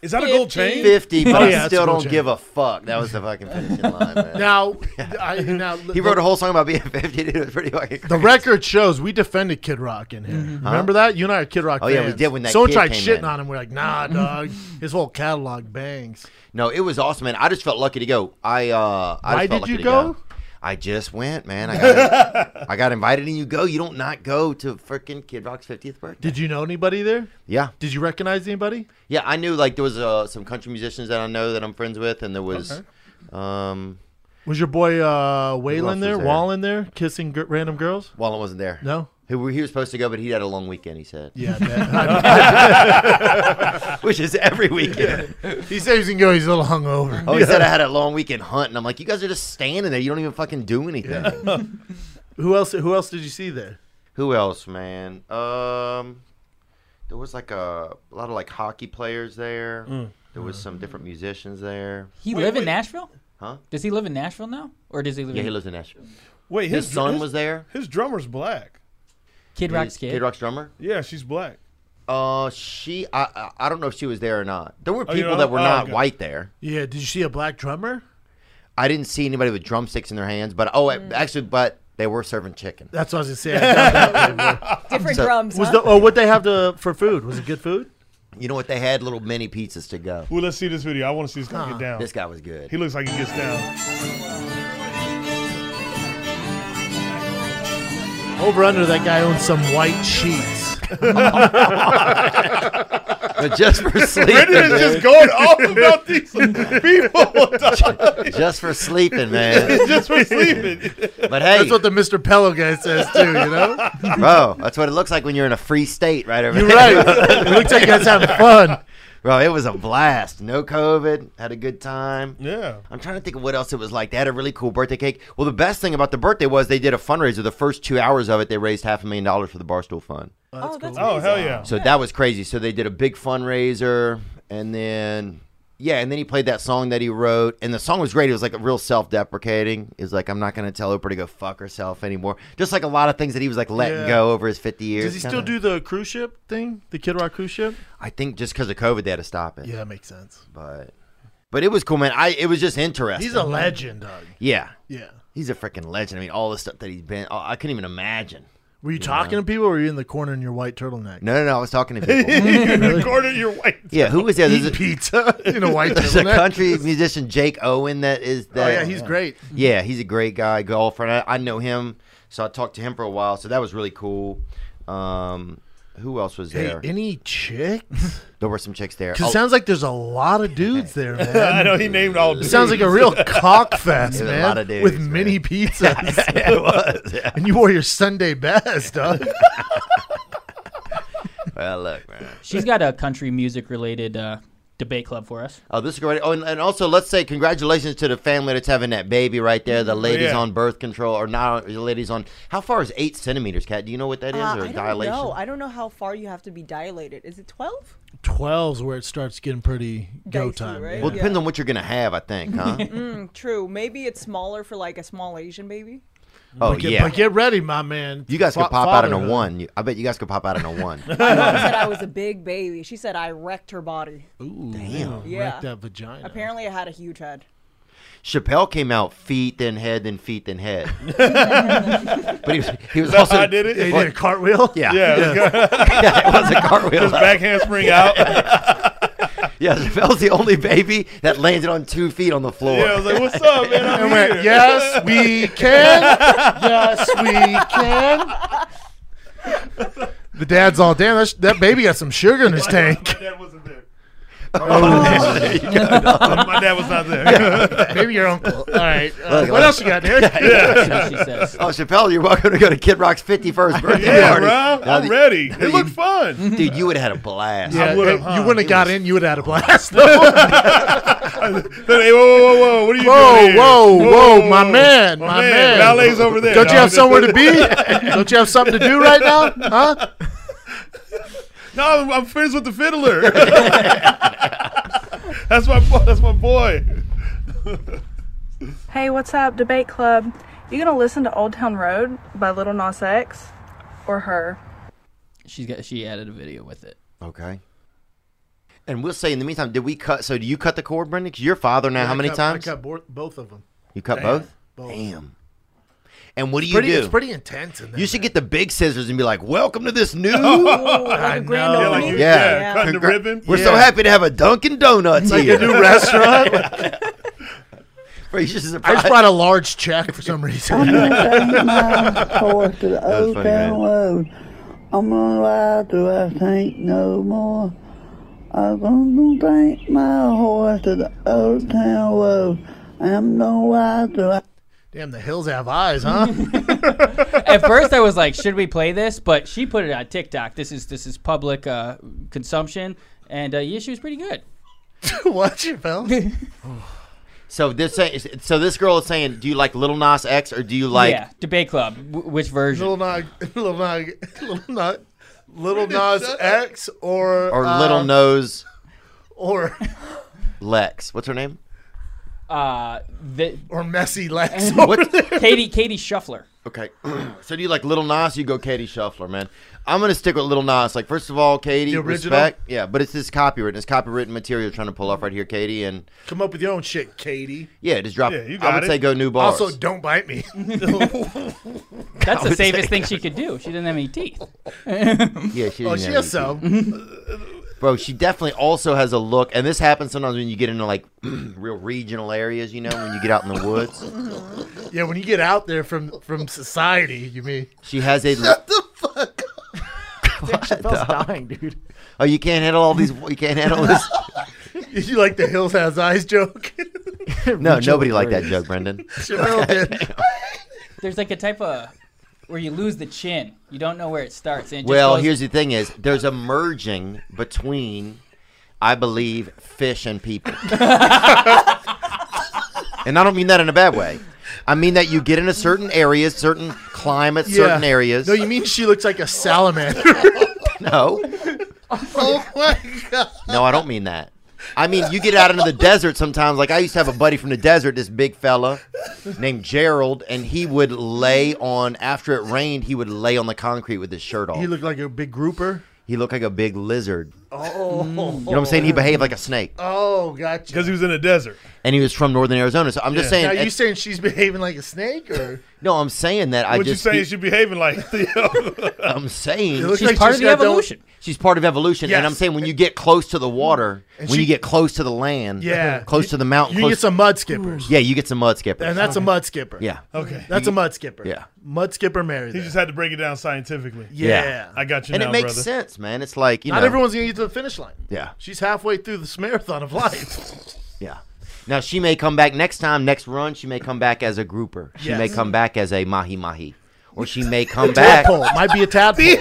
Is that a gold chain?
Fifty, but
Oh,
I
yeah, it's
still don't
Will
give a fuck. That was the fucking finishing line, man.
Now, I, now
he wrote a whole song about being fifty. Dude, it was pretty fucking.
the record shows we defended Kid Rock in here. Remember that? You and I are Kid Rock.
Mm-hmm. Oh, yeah, we
fans.
did when that
Someone
kid
tried
came
shitting
in.
on him. We're like, nah, dog. His whole catalog bangs.
No, it was awesome, man. I just felt lucky to go. I uh, I
Why
just felt
did
lucky
you
to
go?
I just went, man. I got, I got invited, and you go. You don't not go to freaking Kid Rock's fiftieth birthday.
Did you know anybody there?
Yeah,
Did you recognize anybody?
yeah. I knew like there was uh, some country musicians that I know that I'm friends with, and there was, um,
Was your boy uh,
else
Waylon there?
was there?
Wall in there kissing g- random girls?
Wallen wasn't there.
No.
Who he was supposed to go, but he had a long weekend. He said,
Yeah, man.
which is every weekend.
he says he's gonna go. He's a little hungover.
Oh, he said I had a long weekend hunt, and I'm like, you guys are just standing there. You don't even fucking do anything.
Who else? Who else did you see there?
Who else, man? Um, there was like a, a lot of like hockey players there. There was some different musicians there.
He live in Nashville?
Huh?
Does he live in Nashville now? Or does he live
Yeah,
in
he lives in Nashville.
Wait,
His,
his,
son
his-
was there.
His drummer's black.
Kid Rock's
His-
kid?
Kid Rock's drummer.
Yeah, she's black.
Uh, she. I, I. I don't know if she was there or not. There were
you
people
don't
that
know?
were
Oh,
not
okay.
white there.
Yeah. Did you see a black drummer?
I didn't see anybody with drumsticks in their hands. But oh,
Mm.
actually, but they were serving chicken.
That's what I was gonna say. I doubt that they were.
Different
So-
drums.
was
huh?
the, oh, what they have to for food? Was it good food?
You know what? They had little mini pizzas to go.
Ooh, let's see this video. I want to see this guy get down.
This guy was good. Oh,
He looks like he gets down.
Oh, Over under that guy owns some white sheets.
But just for sleeping,
Brendan is
man.
just going off about these people
just for sleeping, man.
just for sleeping.
But hey,
That's what the Mr. Pello guy says too, you know?
Bro, that's what it looks like when you're in a free state right over
You're
there.
right. It looks like you guys having fun.
Bro, it was a blast. No COVID. Had a good time.
Yeah.
I'm trying to think of what else it was like. They had a really cool birthday cake. Well, the best thing about the birthday was they did a fundraiser. The first two hours of it, they raised half a million dollars for the Barstool Fund.
oh, that's
Oh hell yeah.
So that was crazy. So they did a big fundraiser, and then yeah, and then he played that song that he wrote, and the song was great. It was like a real self-deprecating. It was like I'm not gonna tell Oprah to go fuck herself anymore. Just like a lot of things that he was like letting
Yeah.
go over his 50 years.
Does he still
kinda.
do the cruise ship thing? The Kid Rock cruise ship?
I think just because of COVID, they had to stop it.
Yeah, that makes sense.
but but it was cool, man. I it was just interesting.
He's a legend, Doug.
yeah,
Yeah.
he's a freaking legend. I mean, all the stuff that he's been, oh, I couldn't even imagine.
Were you talking to people or were you in the corner in your white turtleneck?
No, no, no. I was talking to people.
You recorded your white.
yeah, who was there? There's
Eat
a,
pizza in a white
there's a
turtleneck.
country musician, Jake Owen. That is
Oh
that.
yeah, he's great.
Yeah, he's a great guy, golfer. and I, I know him, so I talked to him for a while. So that was really cool. Um, Who else was
Hey,
there?
any chicks?
there were some chicks there.
Because it
Oh,
sounds like there's a lot of dudes there, man.
I know he named all.
It sounds like a real cock fest,
There's a
man.
lot of dudes,
with
man.
mini pizzas,
it was. Yeah.
and you wore your Sunday best, dog.
Well, look, man.
She's got a country music related uh, debate club for us.
Oh, this is great. Oh, and, and also, let's say congratulations to the family that's having that baby right there.
Oh,
The ladies
yeah.
on birth control, or not the ladies on. How far is eight centimeters, Kat? Do you know what that is,
Uh,
or
I don't
dilation?
know. I don't know how far you have to be dilated. Is it 12?
Twelve's where it starts getting pretty go
Dicey,
time.
right?
well, it
Yeah.
depends on what you're gonna have, I think, huh?
Mm, true. Maybe it's smaller for like a small Asian baby.
oh
But get,
yeah.
but get ready, my man.
you guys could
Fa-
pop out in a
fatherhood.
one. You- I bet you guys could pop out in a one.
My mom said I was a big baby. She said I wrecked her body.
Ooh, wreck
Yeah.
that vagina.
Apparently, I had a huge head.
Chappelle came out feet, then head, then feet, then head. but he was, he was also.
I did it.
They did a cartwheel.
Yeah, yeah.
Yeah,
it was a cartwheel.
just back handspring out. yeah,
Yeah, Chappelle's the only baby that landed on two feet on the floor.
I was like, "What's up, man? I'm
And went,
here."
yes, we can. Yes, we can. The dad's all damn. That, that baby got some sugar in his tank.
My dad wasn't there.
Oh, There you go.
My dad was not there.
Maybe your uncle. All right. uh,
Look,
what
look.
else you got, Derek?
That's what she says.
Oh, Chappelle, you're welcome to go to Kid Rock's 51st birthday
yeah,
party.
bro.
Now,
I'm
the-
ready. It looked fun.
Dude, you would have had a blast.
Yeah,
I would've,
hey,
huh?
you wouldn't have
It
got
was-
in. You would have had a blast. whoa,
hey, whoa, whoa, whoa! What are you doing?
whoa,
here?
whoa, my man, my, man.
Valet's over there.
Don't you
No,
have
just-
somewhere to be? Don't you have something to do right now? Huh?
No, I'm, I'm friends with the fiddler. that's my boy. That's my boy.
Hey, what's up, Debate Club? You gonna listen to Old Town Road by Little Nas X or her?
She's got she added a video with it.
Okay. And we'll say in the meantime, did we cut? So, do you cut the cord, Brendan? 'Cause you're father now. how many times?
I cut bo- both of them.
you cut both? Damn. And what do you
Pretty,
do?
it's pretty intense in there.
you should get the big scissors and be like, "Welcome to this new."
Ooh, like a grand
know.
opening.
Like you-
Yeah.
yeah, cutting the
Congra-
ribbon.
We're so
Yeah.
happy to have a Dunkin' Donuts here.
new restaurant.
Bro, you should
I
surprise-
just brought a large check for some reason.
forth to the
was
old
funny,
town
man.
road. I'm gonna ride till I think no more. I'm gonna take my horse to the old town road. I'm gonna ride till I
Damn, the hills have eyes, huh?
At first, I was like, "Should we play this?" But she put it on TikTok. This is this is public uh, consumption, and uh, yeah, she was pretty good.
what, Chappelle?
So this say- so this girl is saying, do you like Little Nas X or do you like?
yeah, debate club. W- which version?
little Nog, Little Nog, Little Nog, Little Nas X or
Or
uh,
Little Nose
or
Lex? What's her name?
Uh, the,
or Messy Lex.
What?
Katie Katie Shuffler.
Okay. so do you like Little Nas? You go Katie Shuffler, man. I'm gonna stick with Little Nas. Like first of all, Katie,
The original?
respect. Yeah, but it's this copywritten, it's copywritten material you're trying to pull off right here, Katie. And
Come up with your own shit, Katie.
yeah, just drop.
Yeah, you
I
got
would
it.
say go new bars.
Also, don't bite me.
That's the
would
safest
say-
thing she could do. She didn't have any teeth.
yeah, she.
oh,
didn't
she
have
has
any-
some.
Bro, she definitely also has a look, and this happens sometimes when you get into like real regional areas, you know, when you get out in the woods.
Yeah, when you get out there from from society, you mean
She has a.
the fuck?
Chappelle's dying, dude.
Oh, you can't handle all these. You can't handle this.
You like the hills has eyes joke?
No, nobody liked that joke, Brendan.
Chappelle did.
There's like a type of where you lose the chin. You don't know where it starts. And it just
Well,
goes-
here's the thing: is there's a merging between, I believe, fish and people, and I don't mean that in a bad way. I mean that you get into certain areas, certain climates, certain
Yeah.
areas.
No, you mean she looks like a salamander?
no,
oh my god!
no, I don't mean that. I mean you get out into the desert sometimes. Like I used to have a buddy from the desert, this big fella named Gerald, and he would lay on after it rained. He would lay on the concrete with his shirt off.
He looked like a big grouper.
He looked like a big lizard.
Oh,
Mm. You know what I'm saying? He behaved like a snake,
Oh, gotcha.
because he was in a desert.
and he was from Northern Arizona. So I'm just saying.
Now you
it-
saying she's behaving like a snake, or
no, I'm saying that I
What you
just.
saying? She's behaving like
I'm saying
It looks She's like part she of the just got done- evolution.
She's part of evolution, and I'm
Yes.
saying when you get close to the water,
And
when
she-
you get close to the land,
Yeah.
close to the mountain,
you
close
get some mud skippers,
yeah, you get some mud skippers.
and that's a mud skipper.
yeah,
Okay.
that's a mud skipper.
Yeah.
mud skipper married.
He
there.
just had to break it down scientifically.
yeah.
Yeah.
I got you
and
now,
it makes
brother.
sense, man. It's like you
Not
know,
everyone's gonna get to the finish line.
yeah,
She's halfway through this marathon of life.
yeah. Now she may come back next time, next run. She may come back as a grouper. She may
Yes.
come back as a mahi mahi, or she may come back.
Tadpole might be a tadpole.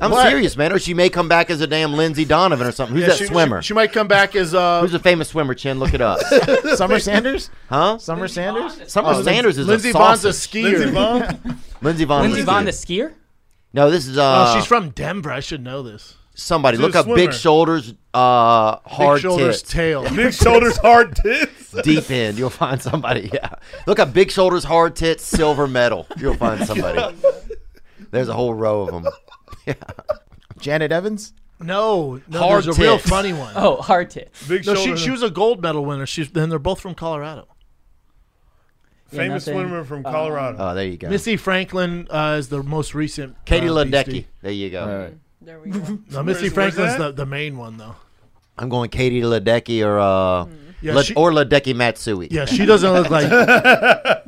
I'm serious, man. Or she may come back as a damn Lindsay Donovan or something. Who's
Yeah,
that
she, she-
swimmer?
She, might come back as uh,
Who's a famous swimmer? Chin, look it up,
Summer Sanders?
huh?
Summer Sanders?
Oh, Summer Sanders is
Lindsay
a
Oh, Vaughn's a
sausage.
skier.
Lindsay Vaughn.
Lindsey
is
Vonn,
good.
the skier?
No, this is uh,
Oh, she's from Denver. I should know this.
somebody.
she's a
Look up big
swimmer.
shoulders, uh, hard
Big shoulders,
tits,
tail.
Big shoulders, hard tits.
deep end. You'll find somebody. Yeah, look up big shoulders, hard tits, silver medal. You'll find somebody. There's a whole row of them.
Janet Evans?
No, no,
Hard
there's a real
tits.
funny one.
Oh, hard tits.
Big
No, she,
shoulders.
she was a gold medal winner. She's and they're both from Colorado.
Yeah,
famous
nothing. uh,
swimmer from Colorado.
Oh, there you go.
Missy Franklin uh, is the most recent.
Katie
uh,
Ledecky.
beastie.
There you go.
There
Mm-hmm,
we go.
No, Missy
Where's- where's
Franklin's
that?
the, the main one though.
I'm going Katie Ledecky or uh,
Mm. Yeah,
Le-
she-
or Ledecky Matsui.
Yeah, she doesn't look like.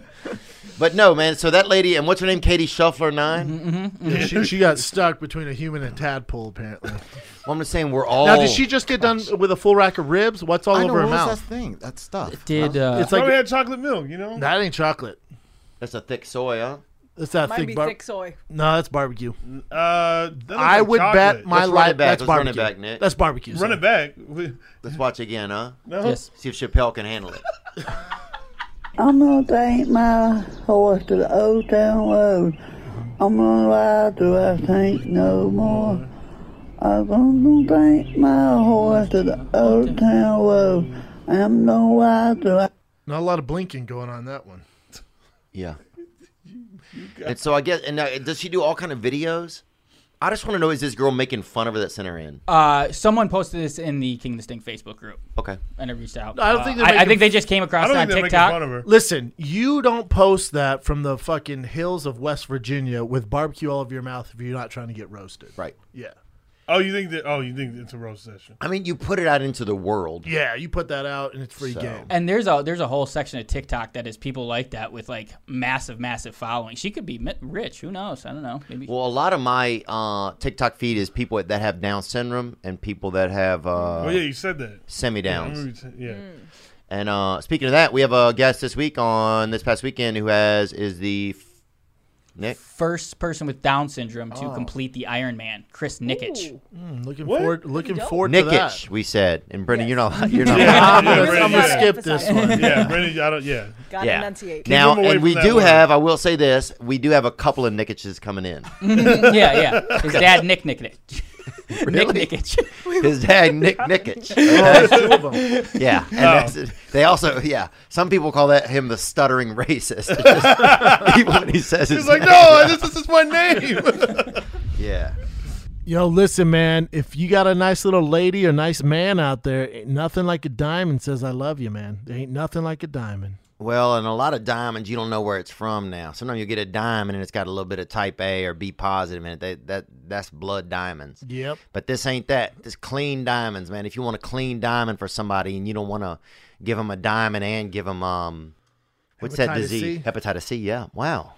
But no, man. So that lady and what's her name? Katie Shuffler 9
Mm-hmm, yeah, she, she got stuck between a human and tadpole apparently.
mm-hmm. Well, I'm just saying we're all.
Now, did she just get done with a full rack of ribs? What's all
I know,
over her
what was that
mouth?
thing? That stuff.
Did uh,
It's
Probably
like
had chocolate milk, you know?
that ain't chocolate.
That's a thick soy, huh?
That's that
Might be
thick. Bar-
thick soy.
no, that's barbecue.
Uh, that looks
I
like
would
chocolate.
bet my
Let's run
life.
it back.
That's
Let's run
barbecue.
it back, Nick.
That's barbecue.
Run
sir.
it back. We-
Let's watch again, huh?
No?
yes.
See if Chappelle can handle it.
I'm gonna take my horse to the old town road. I'm gonna ride till I think no more. I'm gonna take my horse to the old town road. I'm gonna ride till I
Not a lot of blinking going on that one.
Yeah. And so I guess, and now, does she do all kind of videos? I just want to know: is this girl making fun of her that sent her in?
Uh, someone posted this in the King Distinct Facebook group,
Okay,
and I reached out.
I don't
Uh,
think they're
I, I
making
think they just came
I
across
don't
it on
think they're making fun
TikTok.
of her.
Listen, you don't post that from the fucking hills of West Virginia with barbecue all over your mouth if you're not trying to get roasted.
right.
Yeah.
Oh, you think that? Oh, you think it's a roast session?
I mean, you put it out into the world.
Yeah, you put that out and it's free
So-
game.
And there's a there's a whole section of TikTok that is people like that with like massive massive following. She could be mi- rich. Who knows? I don't know. Maybe.
Well, a lot of my uh, TikTok feed is people that have Down syndrome and people that have uh,
oh yeah, you said that. I remember
semi-downs. Mm.
you said- Yeah.
And uh, speaking of that, we have a guest this week on this past weekend who has is the f- Nick.
First person with Down syndrome
Oh.
to complete the Iron Man, Chris Nickich.
Mm, looking
What?
forward looking
dope.
forward to that.
Nickich, we said, and Brendan, you're not, you're not.
Yeah.
I'm gonna,
Brandon,
I'm gonna
yeah.
skip this one.
Yeah, Brandon, I don't. Yeah,
Gotta
Yeah.
enunciate.
Now,
him away
and
from
we
that
do
word.
have, I will say this, we do have a couple of Nickiches coming in.
yeah, yeah. His dad Nick Nickich.
Really?
Nick Nickich.
His dad, Nick Nickich.
Oh,
yeah. And that's it. They also, yeah, some people call that him the stuttering racist. It's just- even when he says his
he's like,
name.
no, this, this is my name.
Yeah.
Yo, listen, man. If you got a nice little lady or nice man out there, ain't nothing like a diamond says I love you, man. There ain't nothing like a diamond.
Well, and a lot of diamonds, you don't know where it's from now. Sometimes you get a diamond and it's got a little bit of type A or B positive in it. They, that that's blood diamonds.
Yep.
But this ain't that. This clean diamonds, man. If you want a clean diamond for somebody and you don't want to give them a diamond and give them um, what's that
Hepatitis
disease?
C?
Hepatitis C. Yeah. Wow.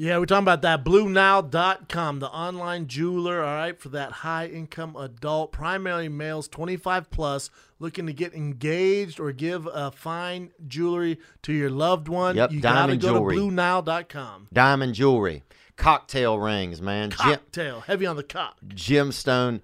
Yeah, we're talking about that BlueNile.com, the online jeweler, all right, for that high income adult, primarily males 25 plus, looking to get engaged or give a fine jewelry to your loved one.
Yep,
you
diamond
gotta go
jewelry.
to BlueNile.com.
Diamond jewelry, cocktail rings, man. Gem-
Cocktail, heavy on the cock.
gemstone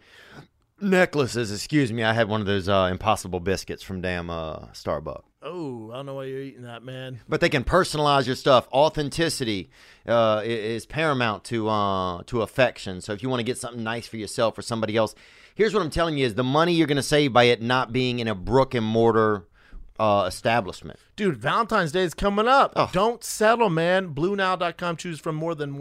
necklaces. Excuse me. I had one of those uh, impossible biscuits from damn uh, Starbucks.
Oh, I don't know why you're eating that, man.
but they can personalize your stuff. Authenticity uh, i- is paramount to uh, to affection. So if you want to get something nice for yourself or somebody else, here's what I'm telling you: is the money you're going to save by it not being in a brick and mortar uh, establishment.
Dude, Valentine's Day is coming up. Don't settle, man. BlueNile.com choose from more than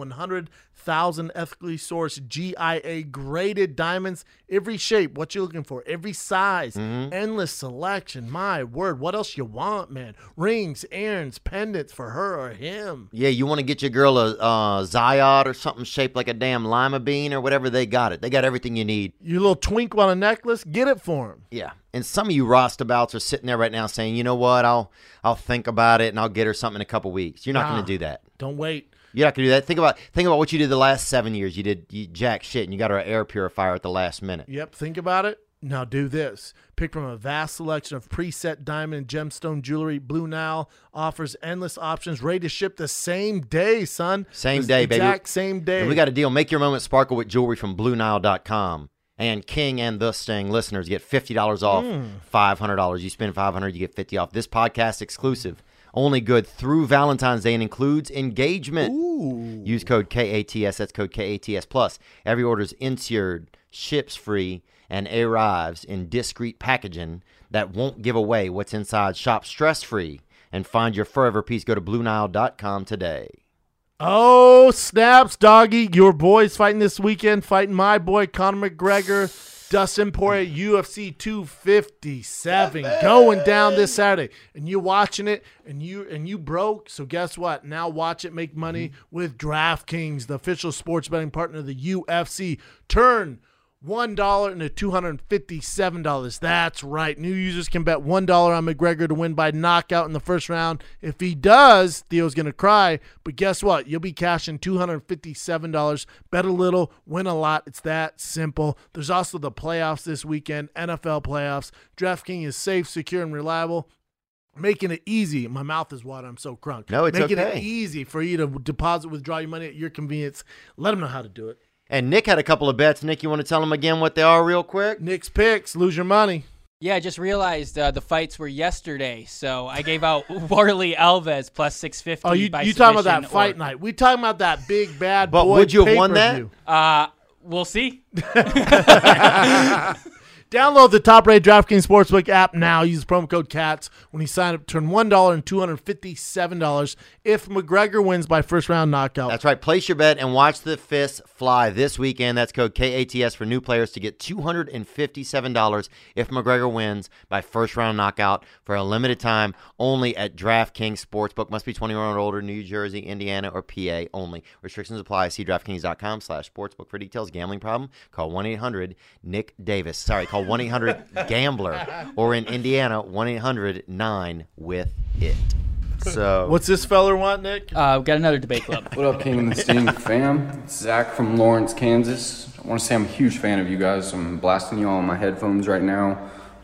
100,000 ethically sourced GIA graded diamonds, every shape, what you're looking for, every size, endless selection. My word, what else you want, man? Rings, errands, pendants for her or him.
Yeah, you want to get your girl a uh, Zyod or something shaped like a damn lima bean or whatever. They got it. They got everything you need.
Your little twink on a necklace, get it for him.
Yeah. And some of you roustabouts are sitting there right now saying, you know what? I'll I'll think about it and I'll get her something in a couple weeks. You're not
Nah.
going to do that.
Don't wait.
You're not going to do that. Think about think about what you did the last seven years. You did you jack shit and you got her an air purifier at the last minute.
Yep, think about it. Now do this. Pick from a vast selection of preset diamond and gemstone jewelry. Blue Nile offers endless options ready to ship the same day, son.
Same
The
day, baby.
Exact same day.
And we got a deal. Make your moment sparkle with jewelry from BlueNile.com. And King and The Sting listeners get $50 off
Mm.
$500. You spend 500 you get 50 off. This podcast exclusive. Only good through Valentine's Day and includes engagement. Use code KATS. That's code KATS. Plus, every order is insured, ships free, and arrives in discreet packaging that won't give away what's inside. Shop stress free and find your forever piece. Go to BlueNile.com today.
Oh, snaps, doggy. Your boy's fighting this weekend, fighting my boy Conor McGregor, Dustin Poirier, UFC 257 going down this Saturday. And you're watching it and you and you broke, so guess what? Now watch it make money with DraftKings, the official sports betting partner of the UFC. Turn one dollar into two hundred and fifty-seven dollars. That's right. New users can bet one dollar on McGregor to win by knockout in the first round. If he does, Theo's gonna cry. But guess what? You'll be cashing two hundred and fifty-seven dollars. Bet a little, win a lot. It's that simple. There's also the playoffs this weekend, NFL playoffs. DraftKings is safe, secure, and reliable. Making it easy. My mouth is water. I'm so crunk.
No, it's
making
okay.
it easy for you to deposit, withdraw your money at your convenience. Let them know how to do it.
And Nick had a couple of bets. Nick, you want to tell them again what they are, real quick?
Nick's picks. Lose your money.
Yeah, I just realized uh, the fights were yesterday, so I gave out Warley Alves plus six fifty.
Oh, you,
by
you talking about
submission
that fight
or-
night? We talking about that big bad
But
boy?
would you have won that?
pay-per-view.
Uh, we'll see.
Download the top rated DraftKings Sportsbook app now. Use promo code CATS when you sign up. Turn $1 and $257 if McGregor wins by first round knockout.
That's right. Place your bet and watch the fists fly this weekend. That's code KATS for new players to get $257 if McGregor wins by first round knockout for a limited time only at DraftKings Sportsbook. Must be 21 or older, New Jersey, Indiana, or PA only. Restrictions apply. See DraftKings.com slash sportsbook for details. Gambling problem? Call 1 800 Nick Davis. Sorry, call 1 800 Gambler or in Indiana, 1 800 9 with it. So.
What's this feller want, Nick?
Uh, we got another debate club.
What up, King and the Sting fam? It's Zach from Lawrence, Kansas. I want to say I'm a huge fan of you guys. I'm blasting you all on my headphones right now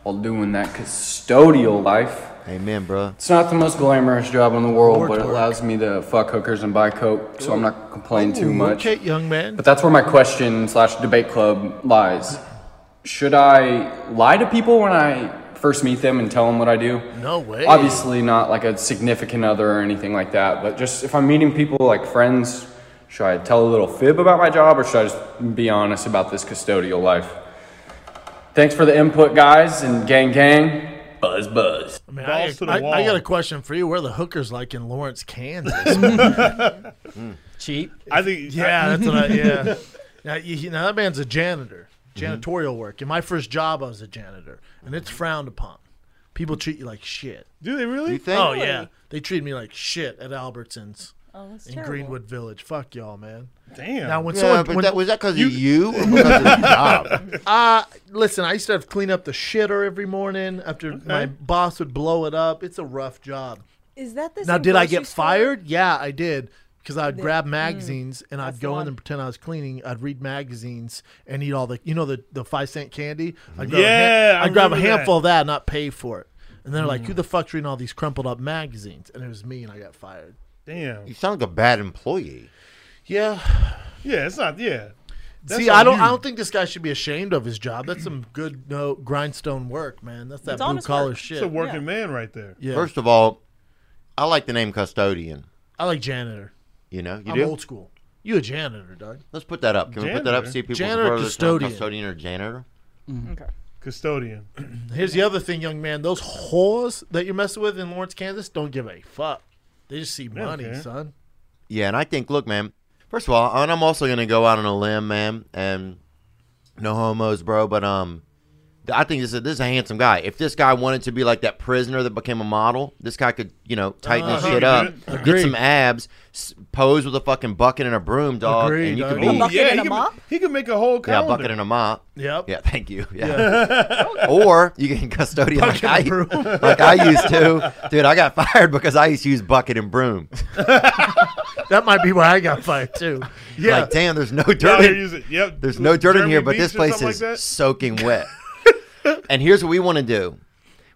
while doing that custodial life.
Amen, bro.
It's not the most glamorous job in the world,
Or
but it
twerk.
allows me to fuck hookers and buy coke, so I'm not complaining too much.
Okay, young man.
But that's where my question slash debate club lies. Should I lie to people when I first meet them and tell them what I do?
No way.
Obviously, not like a significant other or anything like that, but just if I'm meeting people like friends, should I tell a little fib about my job or should I just be honest about this custodial life? Thanks for the input, guys, and gang, gang. Buzz, buzz.
Man,
Balls to
I,
the
I- I
wall.
got a question for you. Where are the hookers like in Lawrence, Kansas?
Cheap.
I think.
yeah, that's what I, yeah. Now, you, you know, that man's a janitor, janitorial work. In my first job, I was a janitor, and it's frowned upon. People treat you like shit.
Do they really?
You think?
Oh yeah, they treated me like shit at Albertsons
Oh, that's
in
terrible.
Greenwood Village. Fuck y'all, man.
Damn.
Now when
Yeah,
someone
but
when,
that, was that because of you or because of the job?
uh listen, I used to have to clean up the shitter every morning after my boss would blow it up. It's a rough job.
Is that the
now,
same
did I
grocery
get
store?
fired? Yeah, I did. Because I'd
The-
grab magazines and I'd
that's the
go
one.
in and pretend I was cleaning. I'd read magazines and eat all the, you know, the, the five cent candy. I'd grab a,
Yeah,
hand-
I
I'd grab a
remember that. Mm.
handful of that and not pay for it. And they're like, "Who the fuck's reading all these crumpled up magazines?" And it was me, and I got fired.
Damn.
You sound like a bad employee.
Yeah,
Yeah, it's not. Yeah. That's
See, I
on
don't.
you.
I don't think this guy should be ashamed of his job. That's some good, no grindstone work, man. That's that
It's
blue
honest
collar
work.
shit.
It's a working man right there.
yeah,
First of all, I like the name custodian.
I like janitor.
You know, you
I'm
do.
old school. You a janitor, Doug?
Let's put that up. Can we put that up?
Janitor.
See if people
Janitor,
prefer the term
custodian. Mm-hmm.
custodian or janitor.
Okay.
custodian.
Here's the other thing, young man. Those whores that you're messing with in Lawrence, Kansas, don't give a fuck. They just see
don't
money,
care.
son.
Yeah, and I think, look, man. First of all, and I'm also gonna go out on a limb, man, and no homos, bro. But um, th- I think this is this is a handsome guy. If this guy wanted to be like that prisoner that became a model, this guy could, you know, tighten his
Uh-huh.
shit up,
Agreed.
get some abs, s- pose with a fucking bucket and a broom, dog,
Agreed,
and you could
dog.
be
A bucket
yeah,
and
he
a
could-
mop?
He could make a whole
yeah, a
calendar.
bucket and a mop.
Yep.
Yeah, thank you. Yeah. or you can custodian like I, like I used to. Dude, I got fired because I used to use bucket and broom.
That might be why I got fired too. Yeah.
Like, damn, there's no dirt.
Y'all
in-
here use it. Yep.
There's no dirt in
Germany
here, but this
beach or
place is
something
soaking
like that?
wet. and here's what we want to do.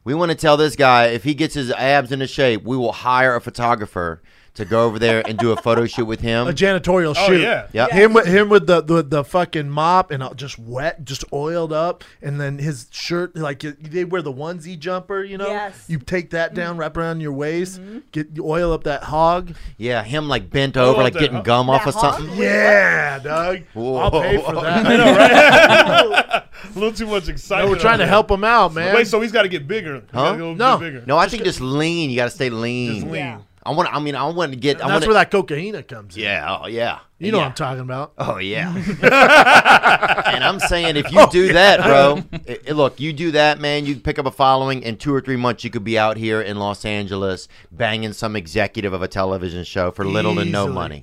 We want to tell this guy if he gets his abs into shape, we will hire a photographer to go over there and do a photo shoot with him.
a janitorial
Oh,
shoot.
yeah.
Yep.
Him with him with the, the the fucking mop and all- just wet, just oiled up, and then his shirt like you- they wear the onesie jumper, you know.
Yes.
You take that down, wrap around your waist, get you oil up that hog.
yeah, him like bent over, like
that-
getting gum off of
hog?
something.
Yeah, dog. I'll pay for
Whoa.
that.
a little too much excitement.
No, we're trying
over
to
there.
help him out, man.
Wait, so he's got to get bigger. He's gotta
Huh?
go
No.
get bigger.
No, I think just lean. You got to stay lean.
Just lean.
Yeah.
I want. I mean, I want to get. I
And
want
that's
to.
where that cocaina comes in.
yeah. Oh, yeah.
You know
yeah.
what I'm talking about.
Oh yeah. and I'm saying if you
Oh,
do that, bro, i- i- look, you do that, man, you pick up a following in 2 or 3 months you could be out here in Los Angeles banging some executive of a television show for little to no
Easily.
money.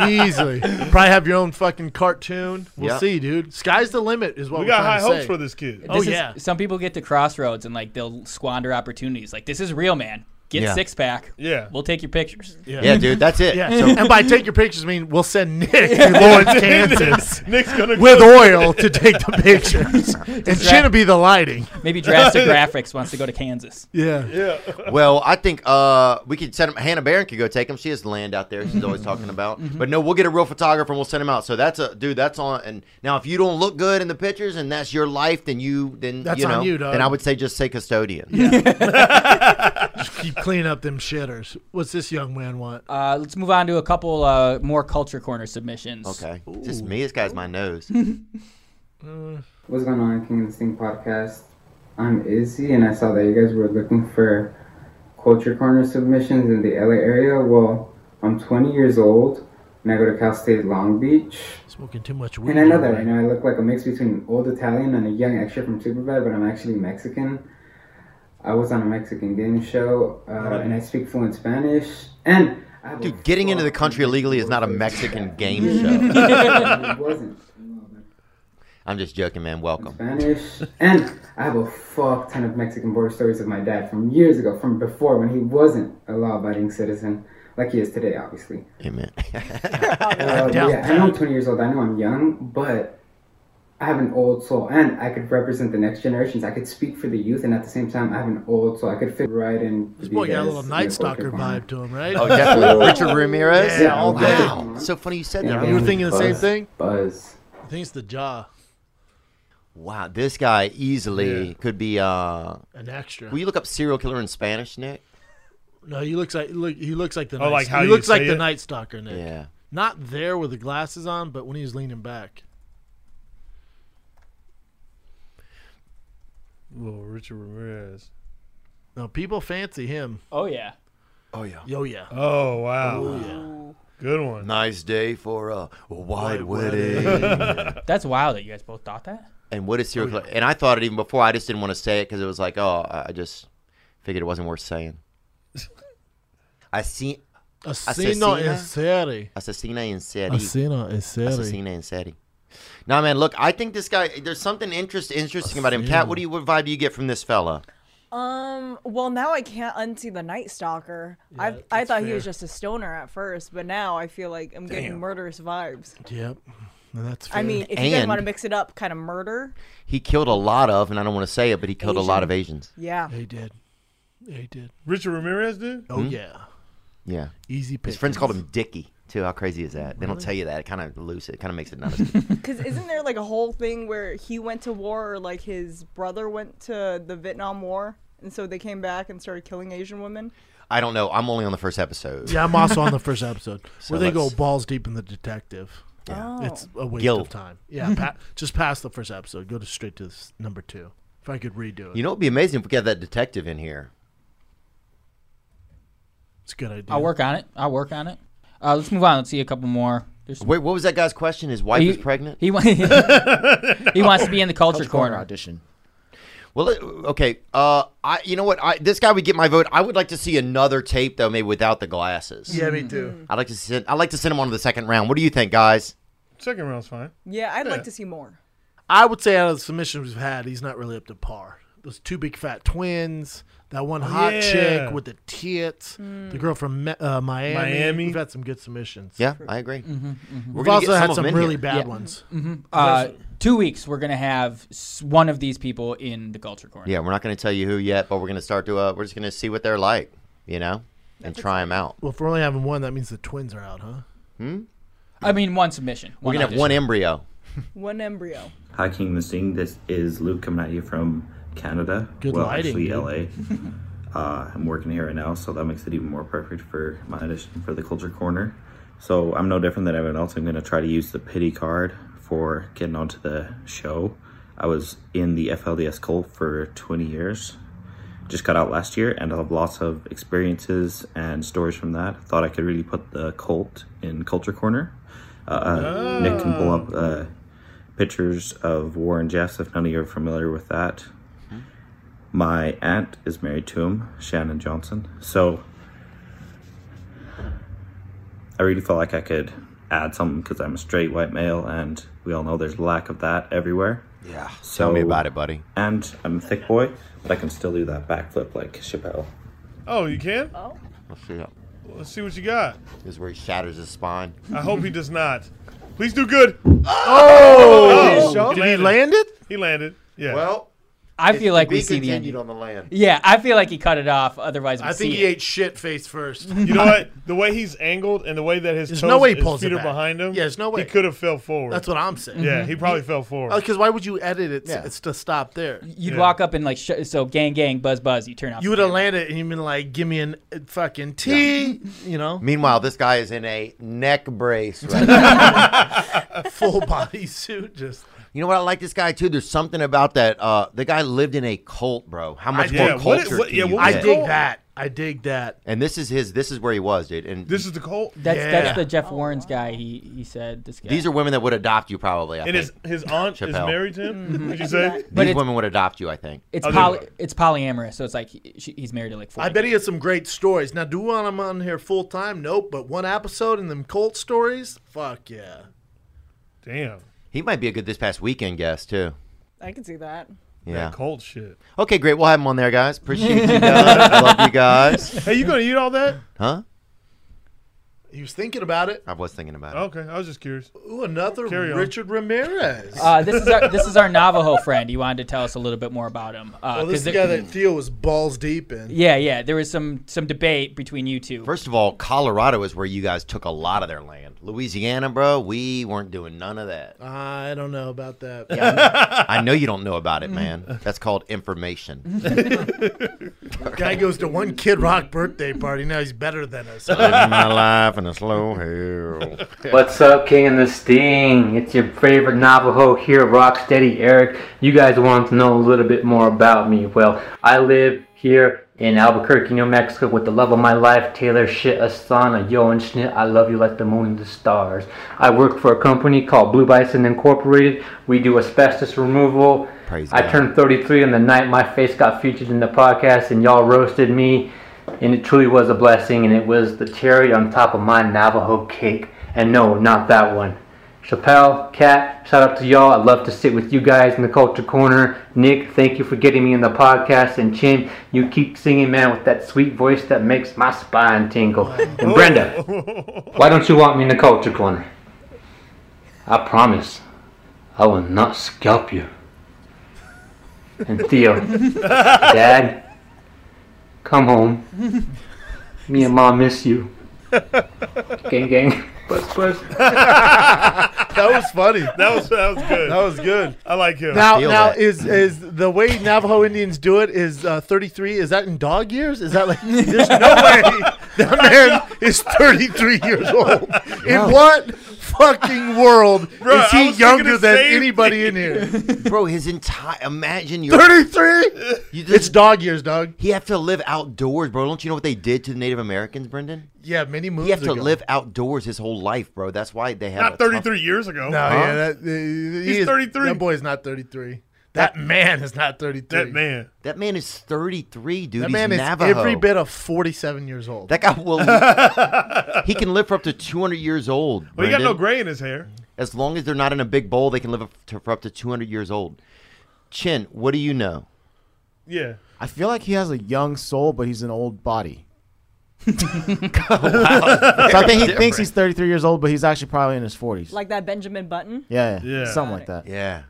Easily. Probably have your own fucking cartoon. We'll
Yeah.
see, dude. Sky's the limit is what
We
we're
got
trying
high
to
hopes
say.
for this kid.
Oh,
This is-
yeah.
Some people get to crossroads and like they'll squander opportunities. Like this is real, man. Get
Yeah.
six pack.
Yeah.
We'll take your pictures.
yeah, dude, that's it.
Yeah.
So
and by take your pictures, I mean we'll send Nick to Lawrence, Kansas
Nick's gonna
with oil to take the pictures. and Gina be the lighting.
Maybe Drastic Graphics wants to go to Kansas.
Yeah.
Yeah.
well, I think uh, we could send him. Hannah Barron could go take him. She has land out there. She's always talking about.
Mm-hmm.
But no, we'll get a real photographer and we'll send him out. So that's a dude. That's on. And now, if you don't look good in the pictures and that's your life, then you then
That's
you
on
know.
you, dog.
then I would say just say custodian.
Keep clean up them shitters. What's this young man want?
Uh, let's move on to a couple uh, more culture corner submissions.
Okay, just me. This guy's my nose.
What's going on, King of the Sting podcast? I'm Izzy, and I saw that you guys were looking for culture corner submissions in the LA area. Well, I'm 20 years old, and I go to Cal State Long Beach.
Smoking too much weed.
And I know that
young
right
man.
now I look like a mix between an old Italian and a young extra from Superbad, but I'm actually Mexican. I was on a Mexican game show, uh, and I speak fluent Spanish. And I have a
Dude, getting into the
fucking
country illegally is not a
voice.
Mexican game show.
it wasn't.
I'm just joking, man. Welcome.
Spanish. And I have a fuck ton of Mexican border stories of my dad from years ago, from before when he wasn't a law abiding citizen, like he is today, obviously.
Amen.
Uh,
Down
yeah, I know I'm 20 years old, I know I'm young, but I have an old soul, and I could represent the next generations. I could speak for the youth, and at the same time, I have an old soul. I could fit right in.
This boy got a little Night Stalker vibe to him, right?
oh, definitely. Richard Ramirez.
Yeah, all day.
Wow. It's so funny you said that.
You were thinking the same
Buzz.
thing?
Buzz.
I think it's the jaw.
Wow, this guy easily could be. uh
An extra.
Will you look up serial killer in Spanish, Nick?
No, he looks like look. He looks like the.
Oh,
night,
like how
he
you
looks like
say
the
it?
Night Stalker, Nick.
Yeah.
Not there with the glasses on, but when he was leaning back.
Little Richard Ramirez.
No, people fancy him.
Oh yeah.
Oh yeah.
Yo, yeah.
Oh wow. Good one.
Nice day for a wide
Wide
wedding.
That's wild that you guys both thought that.
and what is
Oh,
serial killer? And I thought it even before. I just didn't want to say it because it was like, oh, I I just figured it wasn't worth saying. I see.
Asesino
Asesina?
en serie.
Asesina in serie.
Asesino en serie.
Asesina and Seti. Nah, man, look, I think this guy. There's something interest, interesting about him. Cat, what do you what vibe do you get from this fella?
Um. Well, now I can't unsee the Night Stalker. I I
that's
thought he was
fair.
just a stoner at first, but now I feel like I'm getting murderous vibes.
Yep. No, that's fair.
I mean, if you guys want
And-
to mix it up, kind of murder.
He killed a lot of, and I don't want to say it, but he killed a lot of Asians.
Yeah.
they did. They did.
Richard Ramirez did.
Oh
Hmm?
yeah.
Yeah,
Easy pick.
his friends called him Dicky too. How crazy is that? They don't tell you that. It kind of loose. It kind of makes it not. As,
Because isn't there like a whole thing where he went to war or like his brother went to the Vietnam War? And so they came back and started killing Asian women.
I don't know. I'm only on the first episode.
Yeah, I'm also on the first episode where they go
let's-
balls deep in the detective. Yeah. It's a waste
Guilt.
of time. Yeah, pa- just pass the first episode. Go to straight to s- number two. If I could redo it,
You know, it'd be amazing if we got that detective in here.
it's a good idea.
I'll work on it. I'll work on it. Uh, let's move on. Let's see a couple more. There's
Wait, what was that guy's question? His wife
He-
is pregnant.
he wa- he wants to be in the culture Culture corner corner.
audition.
Well, it- okay. Uh, I you know what? I this guy would get my vote. I would like to see another tape though, maybe without the glasses.
Yeah, me too.
I'd like to send. I'd like to send him on to the second round. What do you think, guys?
Second round's fine.
Yeah, I'd like to see more.
I would say out of the submissions we've had, he's not really up to par. Those two big fat twins, that one
Oh,
hot
yeah.
chick with the tits, the girl from Mi- uh, Miami.
Miami.
We've had some good submissions.
Yeah, I agree. We're
We've
gonna
also
get
had
of
some
them in
really
here.
bad
Mm-hmm, Yeah.
ones.
Mhm. Uh, two weeks, we're gonna have s- one of these people in the culture corner.
Yeah, we're not going to tell you who yet, but we're going to start to. Uh, we're just going to see what they're like, you know, and try them out.
Well, if we're only having one, that means the twins are out, huh?
Hmm?
I mean, one submission.
We're going to have one embryo.
One embryo.
Hi, King Missing. This is Luke coming at you from Canada.
Good
well,
lighting,
actually,
dude.
LA. uh, I'm working here right now, so that makes it even more perfect for my audition for the Culture Corner. So I'm no different than everyone else. I'm going to try to use the pity card for getting onto the show. I was in the FLDS cult for 20 years. Just got out last year, and I have lots of experiences and stories from that. Thought I could really put the cult in Culture Corner. Uh, uh, Nick can pull up uh, pictures of Warren Jeffs if none of you are familiar with that. My aunt is married to him, Shannon Johnson. So I really felt like I could add something because I'm a straight white male, and we all know there's lack of that everywhere.
Yeah.
So,
Tell me about it, buddy.
And I'm a thick boy, but I can still do that backflip like Chappelle.
Oh, you can?
Let's see. that.
Let's see what you got.
This is where he shatters his spine.
I hope he does not. Please do good. Oh!
Oh!
Did he land it?
He landed. Yeah.
Well,
I feel like we see the ending.
on the land.
Yeah, I feel like he cut it off. Otherwise, we
I think
see
he
it.
ate shit face first.
You know what? The way he's angled and the way that his
There's
toes,
no way he
his
pulls
feet
it
are
back.
behind him.
Yeah, there's no way.
he could have fell forward.
That's what I'm saying. Mm-hmm.
Yeah, he probably fell forward.
Because Uh, why would you edit it?
Yeah.
It's to stop there.
You'd walk up and like sh- so gang gang buzz buzz. You turn off.
You would have landed and you'd been like, "Give me an uh, fucking T," you know,
Meanwhile, this guy is in a neck brace right now.
full body suit. Just
You know what? I like this guy too. There's something about that. Uh, the guy lived in a cult, bro. How much
I-
more
yeah,
culture?
what- what-
can
yeah,
you
what was
get?
I dig that. I dig that.
And this is his. This is where he was, dude. And
This is the cult.
That's
Yeah.
that's the Jeff Warren's guy. He he said this guy.
these are women that would adopt you, probably. I
and his
think.
his aunt is
Chappelle.
married to him.
Mhm.
Would you say?
But
These
it's-
women would adopt you, I think.
It's
Oh, they
poly it's polyamorous, so it's like he, she, he's married to like four.
I bet he has some great stories. Now, do we want him on here full time? Nope. But one episode and them cult stories. Fuck yeah.
Damn.
He might be a good this past weekend guest too.
I can see that.
Yeah.
Cult shit.
Okay, great. We'll have him on there, guys. Appreciate you guys. Love you guys.
Hey, you gonna eat all that?
Huh?
He was thinking about it.
I was thinking about it.
Okay, I was just curious.
Ooh, another
Carry on.
Richard Ramirez.
Uh, this is our this is our Navajo friend. He wanted to tell us a little bit more about him. Uh,
Oh, this
'cause
is the
there-
guy that Theo was balls deep in.
Yeah, yeah. There was some some debate between you two.
First of all, Colorado is where you guys took a lot of their land. Louisiana, bro, we weren't doing none of that.
I don't know about that.
I know you don't know about it, man. That's called information.
Guy goes to one Kid Rock birthday party. Now he's better than us.
Living my life in a slow hill.
What's up, King and the Sting? It's your favorite Navajo here, Rocksteady Eric. You guys want to know a little bit more about me. Well, I live here in Albuquerque, New Mexico with the love of my life, Taylor Shit Asana, Yo and Schnit. I love you like the moon and the stars. I work for a company called Blue Bison Incorporated. We do asbestos removal.
Praise
I
God.
turned 33 on the night my face got featured in the podcast, and y'all roasted me. And it truly was a blessing, and it was the cherry on top of my Navajo cake. And no, not that one. Chappelle, Kat, shout out to y'all. I'd love to sit with you guys in the Culture Corner. Nick, thank you for getting me in the podcast. And Chin, you keep singing, man, with that sweet voice that makes my spine tingle. And Brenda, why don't you want me in the Culture Corner? I promise, I will not scalp you. And Theo, Dad, come home. Me and Mom miss you. Gang, gang. Buzz, buzz.
that was funny.
That was that was good.
That was good.
I like him.
Now, now is is the way Navajo Indians do it is uh, 33? Is that in dog years? Is that like there's no way that man is 33 years old? In
No.
what fucking world
Bro, I
is he
was thinking
younger
the
than
same
anybody in
thing.
here?
Bro, his entire imagine you're
33?
it's
dog years, dog.
He have to live outdoors, bro. Don't you know what they did to the Native Americans, Brendan?
Yeah, many moons
He have to
ago.
live outdoors his whole life, bro. That's why they have a
Not
tough-
33 years ago.
No,
Huh?
yeah, that, uh, he
He's
is-
33.
That boy is not 33. That, man is not 33.
That man.
That man is 33, dude.
That
He's
man is
Navajo.
every bit of 47 years old.
That guy will. he can live for up to 200 years old.
Well, he got no
Brendan.
gray in his hair.
As long as they're not in a big bowl, they can live up to, for up to 200 years old. Chin, what do you know?
Yeah.
I feel like he has a young soul, but he's an old body. so I think he
Different.
thinks he's 33 years old, but he's actually probably in his 40s.
Like that Benjamin Button.
Yeah, yeah, something like that.
Yeah.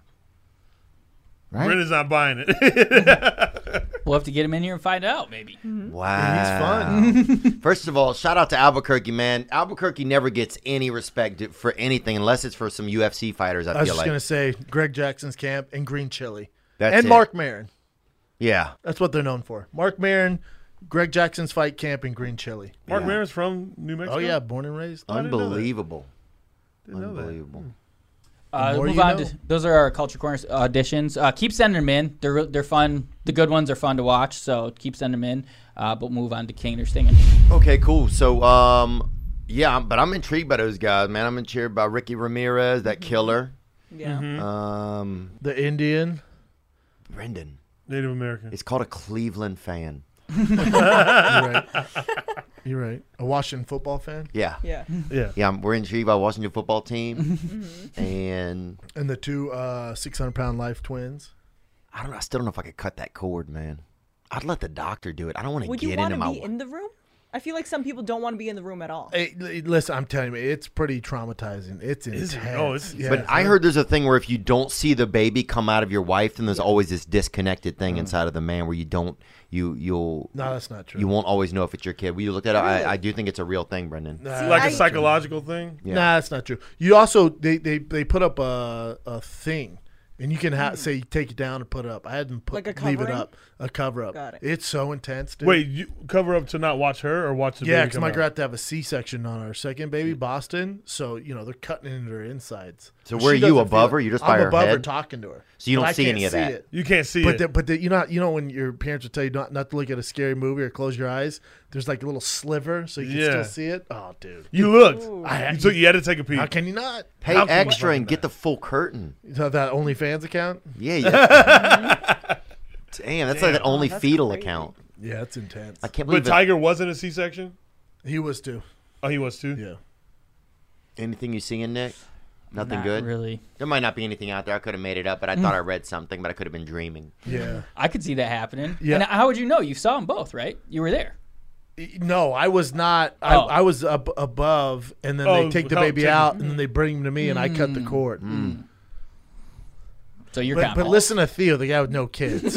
Right?
Brendan's not buying it.
we'll have to get him in here and find out, maybe.
Wow. He's fun. First of all, shout out to Albuquerque, man. Albuquerque never gets any respect for anything unless it's for some UFC fighters, I,
I was
feel
just
like.
gonna say Greg Jackson's camp and Green Chili,
That's
and
it.
Mark Maron.
Yeah.
That's what they're known for. Mark Maron, Greg Jackson's fight camp and Green Chili.
Mark Maron's from New Mexico.
Oh yeah, born and raised.
Unbelievable.
know that.
Unbelievable.
Uh,
The more
move
you
on.
know.
To, those are our culture corners auditions. Uh, keep sending them in. They're they're fun. The good ones are fun to watch. So keep sending them in. Uh, but move on to King or Stinging.
Okay, cool. So, um, yeah, I'm- but I'm intrigued by those guys, man. I'm intrigued by Ricky Ramirez, that killer.
Mm-hmm. Yeah.
Mm-hmm.
Mhm.
Um,
the Indian.
Brendan.
Native American.
It's called a Cleveland fan.
You're right. You're right. A Washington football fan.
Yeah.
Yeah.
Yeah.
Yeah, I'm- we're intrigued by Washington football team.
Mm-hmm.
and
And the two uh, 600 pound life twins.
I don't know. I still don't know if I could cut that cord, man. I'd let the doctor do it. I don't want to
Would
get
you
into
want to
my.
be in the room? I feel like some people don't want to be in the room at all.
Hey, l- listen, I'm telling you, it's pretty traumatizing. It's
Is
intense.
it? Oh, it's-
Yeah.
but I heard there's a thing where if you don't see the baby come out of your wife, then there's always this disconnected thing inside of the man where you don't you you'll
Mm-hmm. No, that's not true.
You won't always know if it's your kid. Will you look at it?
Really?
I, I do think it's a real thing, Brendan.
like a psychological thing.
Yeah.
Nah, that's not true. You also they they, they put up a a thing, and you can
Hmm.
ha- say take it down and put it up. I had them put
Like a
leave it
covering?
up a cover up.
Got it.
It's so intense. Dude.
Wait, you cover up to not watch her or watch the
yeah,
baby
because
come
my
out?
girl had to have a C section on our second baby, Boston. So you know they're cutting into her insides.
Hmm. So
She
were you
doesn't feel
above
it.
her? You're just
I'm
by her
above her
head?
talking to her.
So you
But
don't
I
see
can't
any of that.
You can't see
but
it.
The, but the, you know you know when your parents will tell you not not to look at a scary movie or close your eyes. There's like a little sliver so you can
Yeah.
still see it. Oh, dude.
You looked.
I-
you, took, you had to take a peek.
How can you not?
Pay
How can you
extra and
not?
get the full curtain.
So that OnlyFans account?
Yeah, yeah. Damn, that's like
Damn.
an only
Oh, that's
fetal
crazy.
account.
Yeah, that's intense.
I can't
But
believe it.
Tiger wasn't a C section?
He was too.
Oh, he was too?
Yeah.
Anything you seeing, Nick? Nothing
Not
good.
really. Mm.
There might not be anything out there. I could have made it up, but I thought I read something, but I could have been dreaming.
Yeah.
I could see that happening.
Yeah.
And how would you know? You saw them both, right? You were there.
No, I was not. I,
Oh.
I was up above, and then
Oh,
they take the
without
baby
taking-
out,
Mm.
and then they bring him to me, and I cut the cord.
Mm.
So you're
But,
kind
but listen to Theo, the guy with no kids.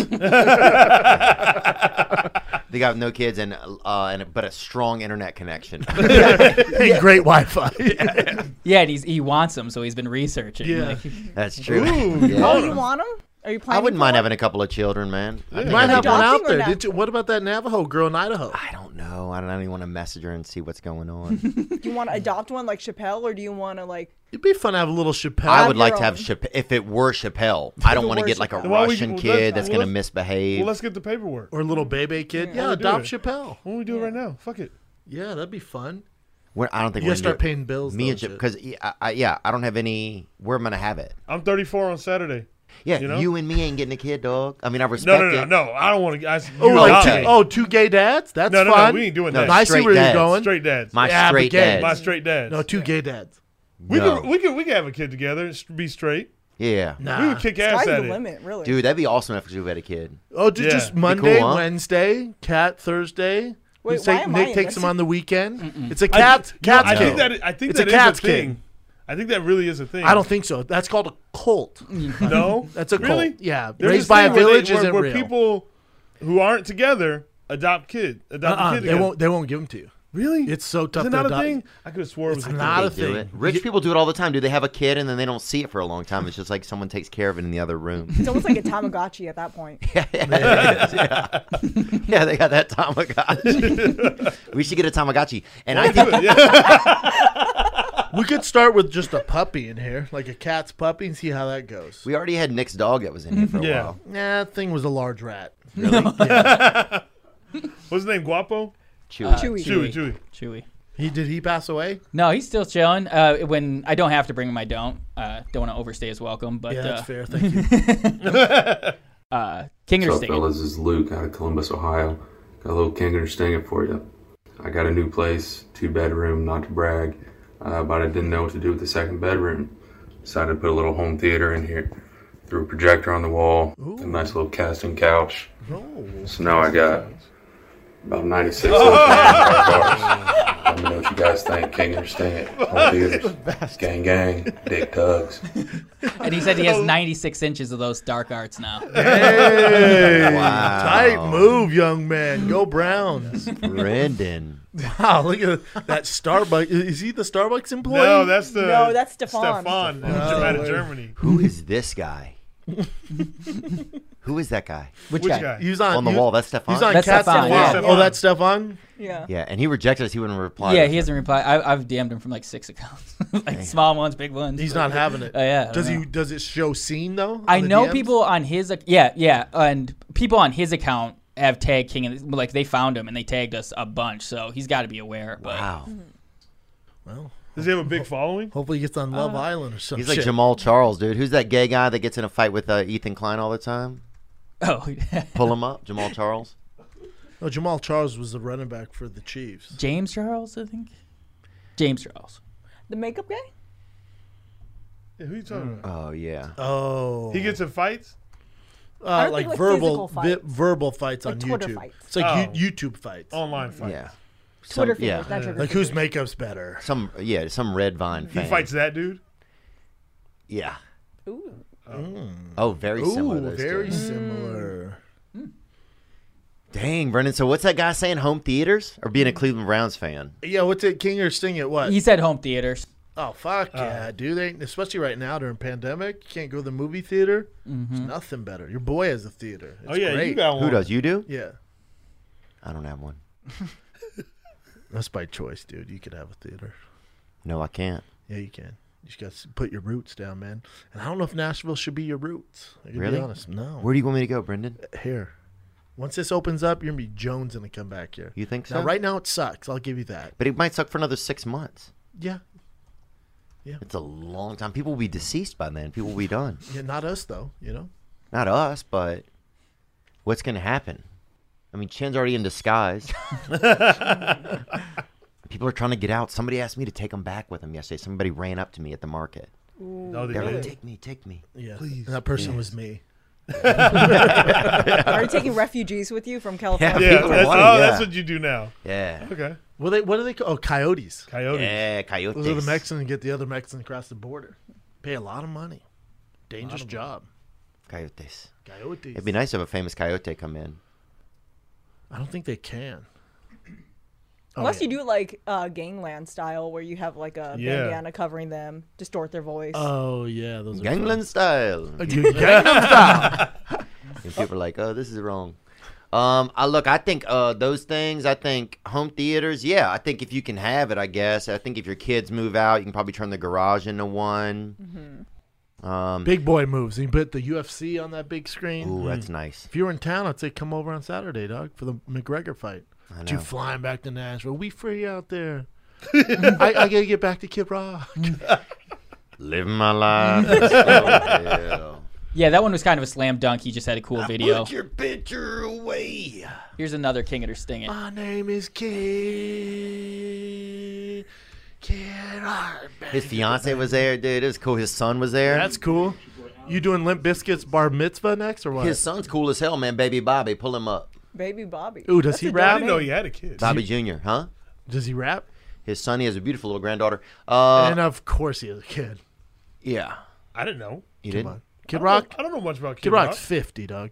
They got no kids and uh, and but a strong internet connection.
hey, great Wi-Fi.
Yeah, and he's, he wants them, so he's been researching.
Yeah.
Like,
That's true.
Ooh,
Yeah.
Oh, you want them? Are you
I
planning?
wouldn't mind having a couple of children, man. I
You
think
might
that'd
have
be
one
good.
out
or
there.
not?
Did you? What about that Navajo girl in Idaho?
I don't know. I don't, I don't even want to message her and see what's going on.
Do you want to adopt one like Chappelle, or do you want to like?
It'd be fun to have a little Chappelle.
I would
Have
like
your
to have
own.
Chappelle. If it were Chappelle, I don't want to get like a
Then why would you-
Russian
well,
kid
let's-
that's
well,
going to
let's-
misbehave.
Well, let's get the paperwork.
or a little baby kid. Yeah,
Why don't we do
adopt
it?
Chappelle.
Why don't we do it right now? Fuck it.
Yeah, that'd be fun.
We're- I don't think
You
we're
gotta
gonna
start
do it.
paying bills,
Me
though,
and
and
because I, I, yeah, I don't have any. Where am I gonna have it?
I'm 34 on Saturday.
Yeah,
You
you,
know?
and me ain't getting a kid, dog. I mean, I
No,
respect
no, no,
it.
no. I don't want to. I,
Oh,
you
like
lie.
two, oh, two gay dads? That's
No, no, no,
fun.
we ain't doing No, that.
I see
straight
where
dads.
you're going.
Straight dads.
My
Yeah, but
straight
gay.
dads.
My straight dads.
No, two gay dads.
We
No.
could, we could, we could have a kid together and st- be straight.
Yeah,
We would kick ass
Sky's
at
the
it.
limit, really.
dude, that'd be awesome if you had a kid.
Oh, ju-
Yeah.
just
Be cool,
Monday,
huh?
Wednesday, cat Thursday. We
Wait,
take-
why am
Nick
I
takes
in
him on the weekend. It's a
I-
cat.
no,
cat's
I
kid.
think that I think
it's
that
a
is
cat's
a thing.
kid.
I think that really is a thing.
I don't think so. That's called a cult.
No,
That's a cult.
really?
Yeah,
There's
raised
this
by a
thing where they-
village
where,
isn't
where
real.
people who aren't together adopt kid adopt a
Uh-uh,
kid.
they
together.
won't. They won't give them to you.
Really?
It's so tough
Is it
to
not a
adopt.
thing? I could have swore it was
It's
a
not
thing.
a
They do
thing.
it. Rich people do it all the time. Do they have a kid and then they don't see it for a long time? It's just like someone takes care of it in the other room.
It's almost like a Tamagotchi at that point.
yeah, yeah. Yeah, they got that Tamagotchi. we should get a Tamagotchi, and I think
we could start with just a puppy in here, like a cat's puppy, and see how that goes.
We already had Nick's dog that was in here for a
yeah.
while.
Nah, that thing was a large rat.
Really?
What's his name? Guapo?
Chewy. Uh,
Chewy.
Chewy.
Chewy. Chewy.
Chewy.
He did he pass away?
No, he's still chilling. Uh, when I don't have to bring him, I don't. Uh, don't want to overstay his welcome. But
Yeah, that's
uh,
fair. Thank you.
uh, Kinger
What's up,
State.
fellas? This is Luke out of Columbus, Ohio. Got a little kinger stinging for you. I got a new place, two bedroom, not to brag, uh, but I didn't know what to do with the second bedroom. Decided to put a little home theater in here. Threw a projector on the wall, a nice little casting couch. So now I got about 96 little things in my box. Let me know what you guys think. Kinger stinging, home theaters, gang gang, dick tugs.
and he said he
Oh.
has 96 inches of those dark arts now.
Hey,
Wow.
tight move, young man. Go Browns.
Brendan.
Wow, look at that Starbucks. Is he the Starbucks employee?
No, that's the
No, that's Stefan.
Stefan
Stefan.
out
Oh,
of Germany.
Who is this guy? Who is that guy?
Which Which guy? guy?
He was on-
the
he-
wall. That's Stefan.
he's on That's Cat's Stefan, Wall. yeah. Oh, that's Stefan?
Yeah.
Yeah, and he rejected us. He wouldn't reply.
yeah, he hasn't replied. I, I've DM'd him from like six accounts, like small ones, big ones.
He's not having it.
Oh yeah. I
Does
don't
he?
know.
Does it show scene though?
I
on the
know
DMs?
people on his ac- yeah yeah and people on his account have tagged King and like they found him and they tagged us a bunch so he's got to be aware. But
Wow.
Well,
Does he have a big following? Uh-huh.
Hopefully, he gets on
Uh,
Love Island or something.
He's like Jamal Charles, dude. Who's that gay guy that gets in a fight with uh, Ethan Klein all the time?
Oh,
pull him up, Jamal Charles.
No, Jamal Charles was the running back for the Chiefs.
James Charles, I think. James Charles.
The makeup guy?
Yeah, who you talking
Mm.
about?
Oh yeah.
Oh,
He gets in fights?
uh, like, verbal vi- verbal fights on YouTube. It's like
Oh.
you, YouTube fights,
online fights.
Yeah.
Twitter fingers, not trigger
like whose makeup's better?
Some yeah, some Red Vine
He
fan.
fights that dude.
Yeah.
Ooh.
Oh, very similar.
Mm. Ooh,
those
very
two.
similar.
Dang, Brendan. So what's that guy saying? Home theaters or
Mm.
being a Cleveland Browns fan?
Yeah, what's it? King or Sting at what?
He said home theaters.
Oh fuck yeah, dude! They, especially right now during pandemic, you can't go to the movie theater.
Mm-hmm.
There's nothing better. Your boy has a theater. It's
Oh, yeah, you
great.
got
Who does? You do?
Yeah,
I don't have one.
that's by choice, dude. You could have a theater.
No, I can't.
Yeah, you can. You just got to put your roots down, man. And I don't know if Nashville should be your roots. I gotta
Really?
be honest. No. Uh,
Where do you want me to go, Brendan?
Here. Once this opens up, you're gonna be Jones gonna come back here.
You think
Now,
so?
right now it sucks. I'll give you that.
But it might suck for another six months.
Yeah.
It's a long time. People will be deceased by then. People will be done.
Yeah, not us though. You know.
Not us, but what's going to happen? I mean, Chen's already in disguise. People are trying to get out. Somebody asked me to take them back with them yesterday. Somebody ran up to me at the market.
No,
they They're like, didn't. "Take me, take me,
Yeah.
please."
And that person
Yes.
was me.
Are you taking refugees with you from California?
Yeah, that's,
wanna,
oh, that's
yeah.
what you do now.
Yeah.
Okay.
Well, they what do they call? Oh, coyotes.
Coyotes.
Yeah,
Those are the
coyotes.
Mexicans and get the other Mexican across the border. Pay a lot of money. Dangerous job.
Coyotes.
Coyotes.
It'd be nice to have a famous coyote come in.
I don't think they can. Oh,
Unless
yeah.
you do like uh, gangland style, where you have like a
Yeah.
bandana covering them, distort their voice.
Oh yeah, those are fun.
Gangnam style.
Uh, g- Gangnam Style.
and people are like, "Oh, this is wrong." Um, I look. I think uh, those things. I think home theaters. Yeah, I think if you can have it, I guess. I think if your kids move out, you can probably turn the garage into one. Um,
Big boy moves. You put the UFC on that big screen. Hmm.
Ooh, that's nice.
If you were in town, I'd say come over on Saturday, dog, for the McGregor fight.
I
Do you
know.
flying back to Nashville? We free out there. I, I gotta get back to Kid Rock.
Living my life. in Slowdale.
Yeah, that one was kind of a slam dunk. He just had a cool video.
Put your picture away.
Here's another King or Sting it.
My name is Kid. Kid Rock.
His fiance was there, dude. It was cool. His son was there.
That's cool. You doing Limp Biscuits bar mitzvah next or what?
His son's cool as hell, man. Baby Bobby, pull him up.
Baby Bobby.
Ooh, does he
a dope
rap?
name.
Bobby Jr. Huh?
Does he rap?
His son. He has a beautiful little granddaughter. Uh,
and of course he is a kid.
yeah.
I didn't know.
You
Come
didn't.
on. Kid
I don't
Rock.
know- I don't know much about Kid
Rock's
Rock.
fifty, dog.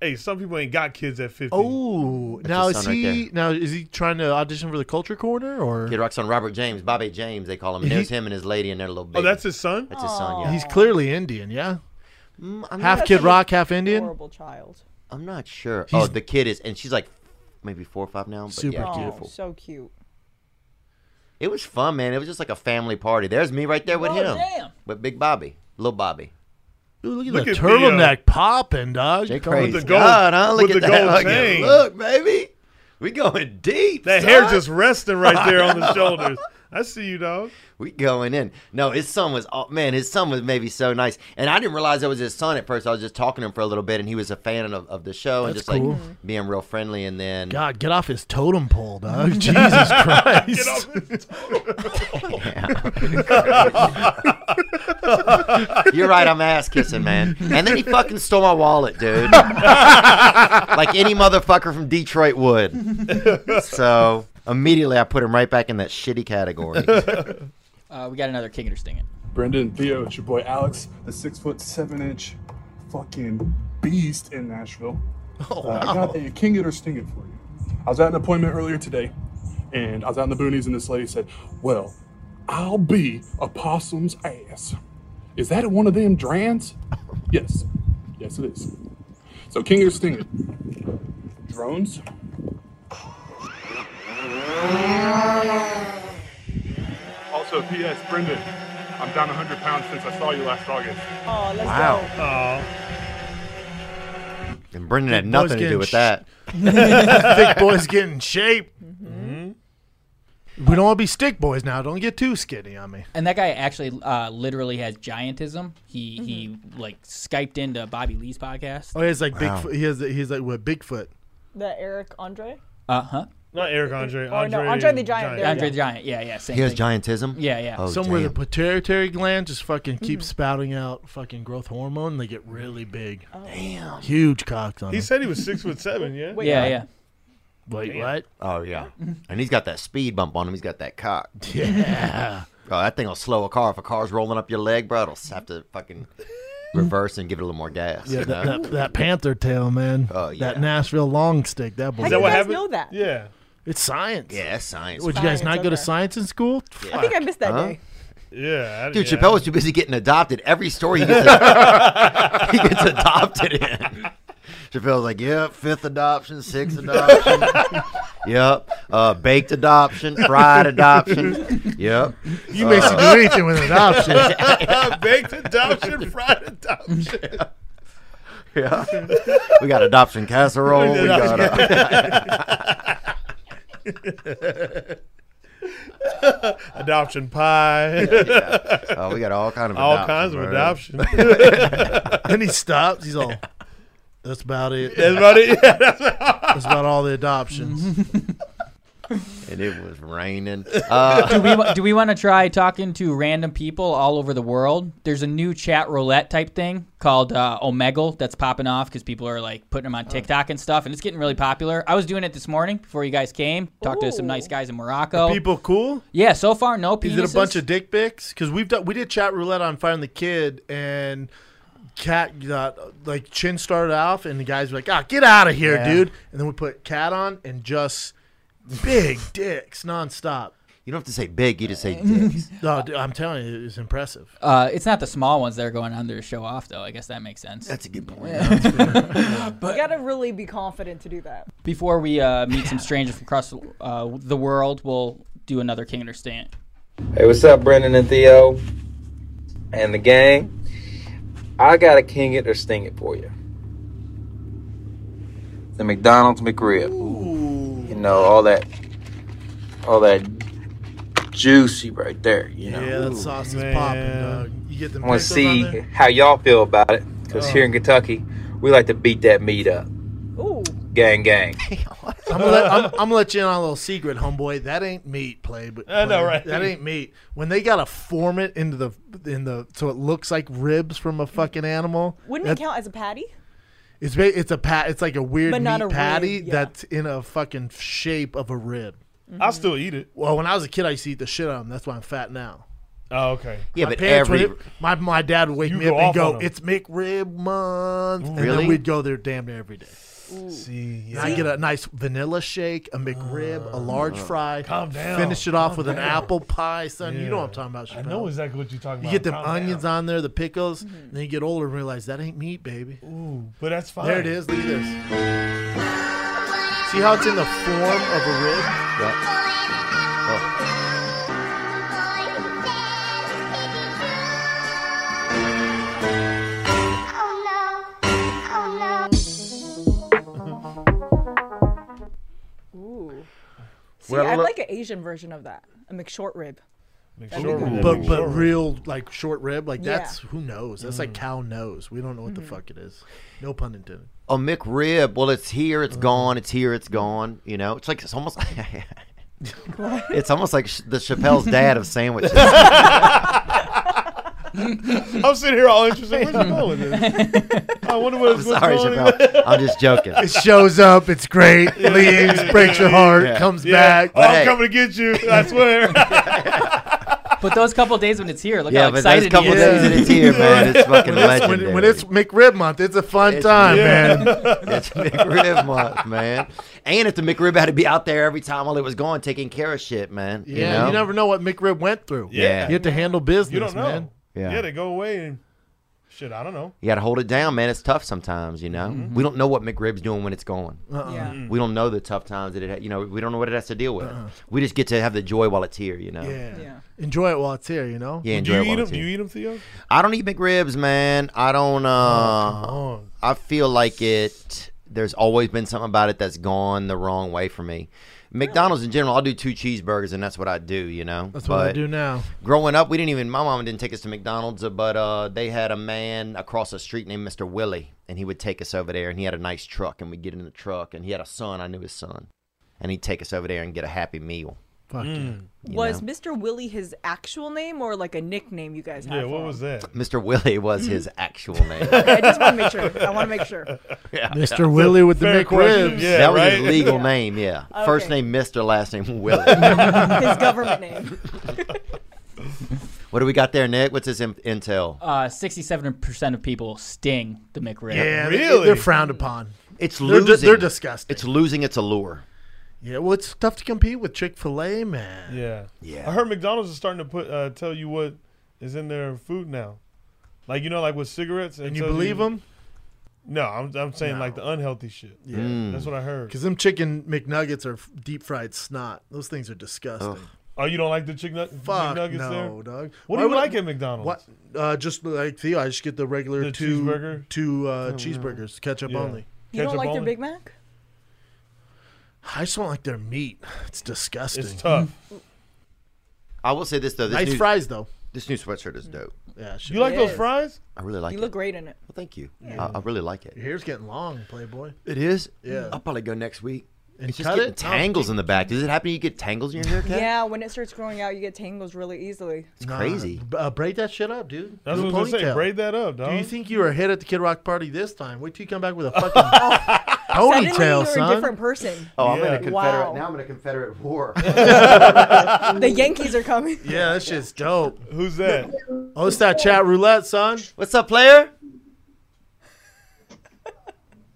Hey, some people ain't got kids at 50.
Oh, now is he now is he trying to audition for the Culture Corner or
Kid Rock's on Robert James, Bobby James, they call him. And
He-
there's him and his lady and their little baby.
Oh, that's his son?
That's his son, yeah.
he's clearly Indian? Yeah,
Mm, I'm
half
not
Kid
sure.
Rock, half Indian.
Horrible child.
I'm not sure.
He's-
oh, the kid is, and she's like maybe four or five now. But
Oh,
Super
yeah,
cute.
beautiful.
So cute.
It was fun, man. It was just like a family party. There's me right there with
Oh,
him.
damn.
With Big Bobby. Little Bobby.
look at
Look
the
at the, uh,
turtleneck popping, dog.
Jake
Crazy.
Crazy. God, huh? Look at that. Look, at- look, baby. We going deep.
That
son.
hair just resting right there on the shoulders. I see you, dog.
We going in. No, his son was oh man, his son was maybe so nice. And I didn't realize that was his son at first. I was just talking to him for a little bit and he was a fan of, of the show and
That's
just
cool.
like being real friendly and then
God, get off his totem pole, dog. Jesus Christ.
Get off his You're right, I'm ass kissing, man. And then he fucking stole my wallet, dude. like any motherfucker from Detroit would. So immediately I put him right back in that shitty category.
Uh, we got another King or Sting it.
Brendan, Theo, it's your boy Alex, the six foot seven inch fucking beast in Nashville.
Oh,
Uh, I got a king it or sting it for you. I was at an appointment earlier today, and I was out in the boonies, and this lady said, "Well, I'll be a possum's ass." Is that one of them drans? yes, yes it is. So king it or sting it. Drones.
Also, P.S. Brendan, I'm down 100 pounds since I saw you last August.
Oh, let's
Wow.
go.
And Brendan had
Big boy's
nothing to do
getting
with
sh-
that.
Thick boys get in shape. We don't want to be stick boys now. Don't get too skinny on me.
And that guy actually uh, literally has giantism. He he like skyped into Bobby Lee's podcast.
Oh, he's like Bigfoot. He has. He's like what Bigfoot.
That Eric Andre?
Uh huh.
Not Eric Andre.
Oh, no, Andre the Giant. There
Andre
we
the
go.
Giant. Yeah, yeah. Same
He has
thing.
giantism?
Yeah, yeah.
Oh,
Somewhere
damn.
the pituitary gland just fucking keeps
Mhm.
spouting out fucking growth hormone. and They get really big.
Damn.
Huge cocks on
He
them.
said he was six foot seven, yeah?
Yeah, yeah.
Wait, what?
Oh yeah. And he's got that speed bump on him. He's got that cock.
Yeah.
Oh, that thing'll slow a car. If a car's rolling up your leg, bro, it'll s- have to fucking reverse and give it a little more gas.
Yeah,
you
that,
know?
that, that panther tail, man.
Oh,
That
yeah.
Nashville long stick. That boy.
How do you guys know that?
Yeah.
It's science.
Yeah, that's science.
Would you guys not go to
okay.
science in school?
I think I missed that
Huh?
day.
Yeah.
Dude, Chappelle was too busy getting adopted. Every story he gets, a- he gets adopted in. Chappelle's like, yep, fifth adoption, sixth adoption. yep. Uh, baked adoption, fried adoption. Yep. Uh,
You basically do anything with an adoption.
Baked adoption, fried adoption.
Yeah. We got adoption casserole. We got uh,
adoption pie.
Yeah. Oh, we got all kind of
all
adoption,
kinds of
bro.
adoption.
and he stops. He's all. That's about it.
That's about it. Yeah, that's about-
That's about all the adoptions.
and it was raining.
do
Uh,
we wa- do we want to try talking to random people all over the world? There's a new chat roulette type thing called uh, Omegle that's popping off because people are like putting them
Oh.
on TikTok and stuff, and it's getting really popular. I was doing it this morning before you guys came. Talked to some nice guys in Morocco.
Are people cool?
yeah, so far no penises.
Is it a bunch of dick pics? Because we've done we did chat roulette on firing the kid and cat got like chin started off and the guys were like ah get out of here
Yeah.
dude and then we put cat on and just big dicks nonstop.
you don't have to say big. You just say dicks.
No, dude, I'm telling you, it was impressive.
Uh, it's not the small ones that are going on there to show off, though. I guess that makes sense.
That's a good point.
you gotta really be confident to do that.
Before we uh, meet some strangers from across uh, the world, we'll do another King and Stan.
Hey, what's up, Brendan and Theo and the gang? I got to king it or sting it for you. The McDonald's McRib. You know, all that, all that juicy right there, you know.
Yeah, that sauce is popping, dog. You get the
I want to
pickles
see
on there.
how y'all feel about it because
Oh.
here in Kentucky, we like to beat that meat up.
Ooh.
Gang, gang.
I'm gonna, let, I'm, I'm gonna let you in on a little secret, homeboy. That ain't meat, play. But
I know,
play.
right?
That ain't meat. When they gotta form it into the in the so it looks like ribs from a fucking animal.
Wouldn't
that-
it count as a patty?
It's ba- it's a pat. It's like a weird
But
meat
not a
patty
rib, yeah.
that's in a fucking shape of a rib.
I still eat it.
Well, when I was a kid, I used to eat the shit out of them. That's why I'm fat now.
Oh, okay.
my parents would hit- my my dad would wake
You
me
go
up and
off
go,
on 'em.
"It's McRib month," and
Really?
then we'd go there damn near every day.
See,
And I get a nice vanilla shake, a McRib, a large
Uh,
fry.
calm down,
Finish it off
calm
with an
down.
apple pie, son. You know what I'm talking about.
I
Chappelle.
know exactly what you're talking
You
about.
get them
Calm
onions on there, the pickles,
Mm-hmm.
and then you get older and realize that ain't meat, baby.
Ooh, but that's fine.
There it is. Look at this. See how it's in the form of a rib?
Yeah. Oh.
an Asian version of that, a McShort rib.
Short rib. But but real like short rib like that's who knows that's
Mm.
like
Mhm.
cow knows we don't know what the fuck it is no pun intended
A McRib. Well, it's here,
Mm-hmm.
it's gone, it's here, it's gone. You know, it's like it's almost. it's almost like Ch- the Chappelle's dad of sandwiches.
I'm sitting here all interested. Where's it going? with this? I wonder what
I'm
it's what's
sorry,
going
Chappelle.
in there.
I'm just joking.
It shows up, it's great, leaves, breaks your heart, comes back.
Oh, I'm coming to get you. I swear.
But those couple days when it's here, look
Yeah,
how
but those
excited he
couple
is.
days that it's here, man, it's fucking
When it's-
when, when it's McRib month, it's a fun time, man.
That's McRib month, man. And if the McRib had to be out there every time while it was gone, taking care of shit, man.
Yeah,
you know?
never know what McRib went through.
Yeah.
you have to handle business,
You don't know.
man.
Yeah.
yeah, they go away and shit. I don't know.
You got to hold it down, man. It's tough sometimes, you know. We don't know what McRib's doing when it's gone.
Uh-uh. Yeah. Mm.
We don't know the tough times that it, ha- you know, we don't know what it has to deal with.
Uh-uh.
We just get to have the joy while it's here, you know.
Yeah. enjoy it while it's here. You know.
Yeah, enjoy it while it's here.
eat 'em, Theo?
I don't eat McRibs, man. I don't.
Oh,
Uh, I feel like it. There's always been something about it that's gone the wrong way for me. McDonald's in general, I'll do two cheeseburgers and that's what I do, you know.
That's what I
But
do now.
Growing up, we didn't even. My mom didn't take us to McDonald's, uh, but uh, they had a man across the street named Mr. Willie, and he would take us over there. And he had a nice truck, and we'd get in the truck. And he had a son. I knew his son, and he'd take us over there and get a happy meal.
Fuck
You
was
know?
Mr. Willie his actual name or like a nickname you guys had?
Yeah, what
for
was
him?
that?
Mr. Willie was his actual name.
Hmm. Okay, I just want to make sure. I want to make sure.
Yeah.
Mr. Willie with the
Fair question.
McRibs.
that was his
right?
legal
Yeah.
name, yeah.
Okay.
First name Mr., last name Willie.
His government name.
Oh
what do we got there, Nick? What's his in- intel?
Uh, Sixty-seven percent of people sting the McRib.
Yeah, they- Really? they're frowned upon.
It's
They're
losing.
di- they're disgusting.
It's losing its allure.
Yeah, well, it's tough to compete with Chick Fil A, man.
Yeah. I heard McDonald's is starting to put uh, tell you what is in their food now, like you know, like with cigarettes. it
And you
tells
believe 'em?
No, I'm, I'm saying like the unhealthy shit.
Yeah.
Mm.
that's what I heard.
Because them chicken McNuggets are f- deep fried snot. Those things are disgusting.
Oh, you don't like the chicken nug-
Fuck
McNuggets
no,
there?
dog. Why
What do you
would I-
like at McDonald's?
What? Uh, just like Theo, I just get the regular
The
two
cheeseburger?
two uh,
don't
cheeseburgers, ketchup
Yeah.
only.
You don't like their Big Mac?
I just don't like their meat. It's disgusting.
It's tough.
I will say this though. This
Nice
new-
fries, though.
This new sweatshirt is dope.
Yeah,
You like those fries?
I really like
you
it.
look great in it.
Well, thank you. I, I really like it.
Your hair's getting long, Playboy.
It is.
Yeah.
I'll probably go next week.
And
it's just
cut
getting
it?
tangles in the back. Does it happen? You get tangles in your hair? Kat?
Yeah, when it starts growing out, you get tangles really easily.
It's crazy.
B- Uh, braid that shit up, dude.
That's
Do a
what I was gonna say.
ponytail.
Braid that up,
Do you
dog.
think you were hit at the Kid Rock party this time? Wait till you come back with a fucking ponytail,
Suddenly you're
son.
a different person.
Oh, I'm in a
Yeah.
Confederate.
Wow.
Now I'm in a Confederate war.
The Yankees are coming.
Yeah, that shit's dope.
Who's that?
Oh, it's that chat roulette, son.
What's up, player?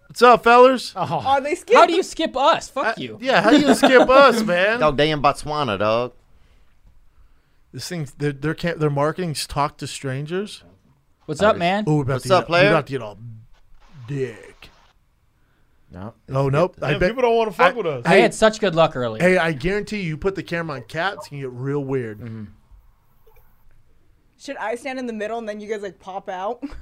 What's up, fellas?
Oh.
Are they skipped?
How do you skip us? Fuck you.
Yeah, how you gonna skip us, man?
Dog day in Botswana, dog.
This thing's their their camp, their marketing's talk to strangers.
What's up, man?
Oh, we're about
What's
to
up,
get,
player?
We're about to get all dick.
No.
Oh nope. I
Damn,
bet,
people don't want to fuck with us.
I had such good luck earlier.
Hey, I guarantee you, you put the camera on cat, it's gonna get real weird.
Mm-hmm.
Should I stand in the middle and then you guys like pop out?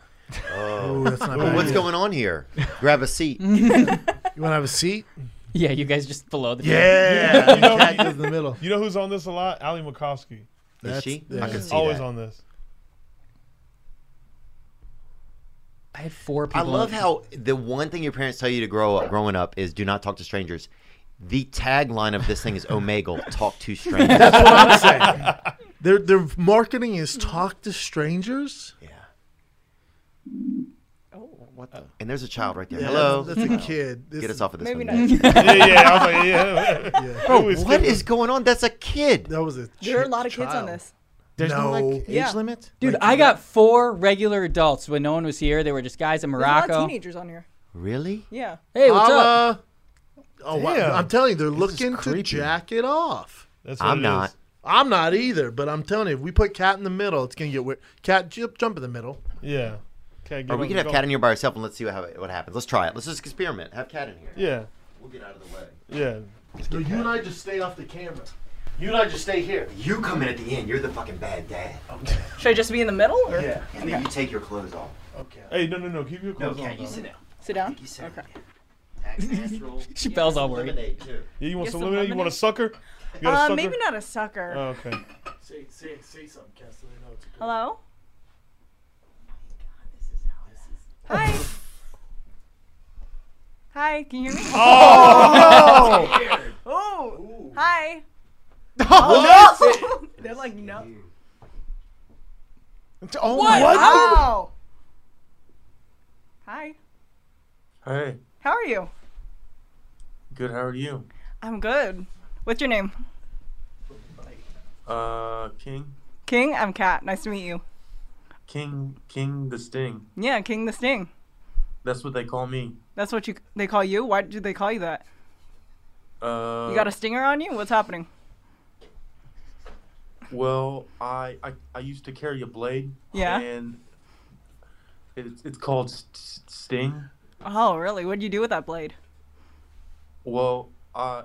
Oh,
that's not bad.
What's going on here? Grab a seat.
You want to have a seat?
Yeah, you guys just below the.
Yeah,
You know-
cat is in the middle.
You know who's on this a lot? Ali Makovsky.
That's- she? yeah.
I can see
always
that.
on this.
I had four
I
people.
love how the one thing your parents tell you to grow up, growing up, is do not talk to strangers. The tagline of this thing is Omegle, talk to strangers.
That's what I'm saying. Their their marketing is talk to strangers.
Oh, And there's a child right there.
Yeah,
Hello.
that's- that's a kid. This
Get us
is-
off of this
Maybe
one.
not. Yeah, yeah, I was like, yeah. Yeah.
Bro,
Who is
what
skipping?
is going on? That's a kid.
That was a
There are a lot of kids on this.
There's no, like, age
Yeah.
limit?
Dude, I got four regular adults when no one was here. They were just guys in
There's a lot of
Morocco.
teenagers on here.
Really?
Yeah. Uh,
Hey, what's up?
Oh, wow.
Damn.
I'm telling you, they're looking to jack it off.
That's
what I'm it is. not.
I'm not either, but I'm telling you, if we put Cat in the middle, it's gonna get weird. Cat, jump, jump in the middle.
Yeah. Okay,
Or we can have Cat in here by herself and let's see what, how- what happens. Let's try it. Let's just experiment. Have Cat in here.
Yeah.
We'll get out of the way.
Yeah.
So you and I just stay off the camera. You and I just stay here.
You come in at the end. You're the fucking bad dad.
Should I just be in the middle? Or? Yeah.
And then you take your clothes off.
Okay.
Hey, no, no, no. Keep your clothes on.
Cat, you
dog.
sit down.
Sit down.
Okay. Natural.
Chappelle's all worried.
too.
Yeah, you want
Get
some
some
lemonade? You want a sucker? got a
Uh,
sucker?
maybe not a sucker.
Oh, okay.
Say, say, say something, Cass, so they know it's a
Hello? Hi. Hi, can you hear me?
Oh!
oh! Hi!
Oh,
no! They're like, no.
Oh,
what?
what?
Wow. Hi.
Hey,
How are you?
good. How are you?
I'm good. What's your name?
Uh, King,
King? I'm Kat. Nice to meet you.
King, King the Sting.
Yeah, King the Sting.
That's what they call me.
That's what you they call you? Why did they call you that?
Uh,
you got a stinger on you? What's happening?
Well, I, I I used to carry a blade.
Yeah.
And it's it's called st- st- Sting.
Oh, really? What'd you do with that blade?
Well, uh,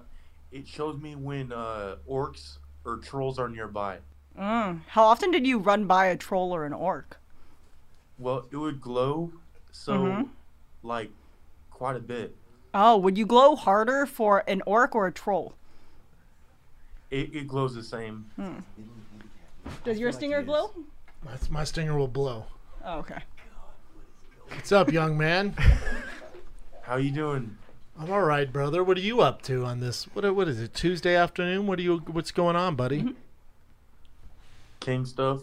it shows me when uh orcs or trolls are nearby.
Mm. How often did you run by a troll or an orc?
Well, it would glow, so
Mhm.
like quite a bit.
Oh, would you glow harder for an orc or a troll?
It, it glows the same.
Hmm. Does your stinger glow?
My, my stinger will blow.
Oh, okay.
What's up, young man?
How you doing?
I'm all right, brother. What are you up to on this? What what is it? Tuesday afternoon? What are you? What's going on, buddy?
Mm-hmm.
King stuff.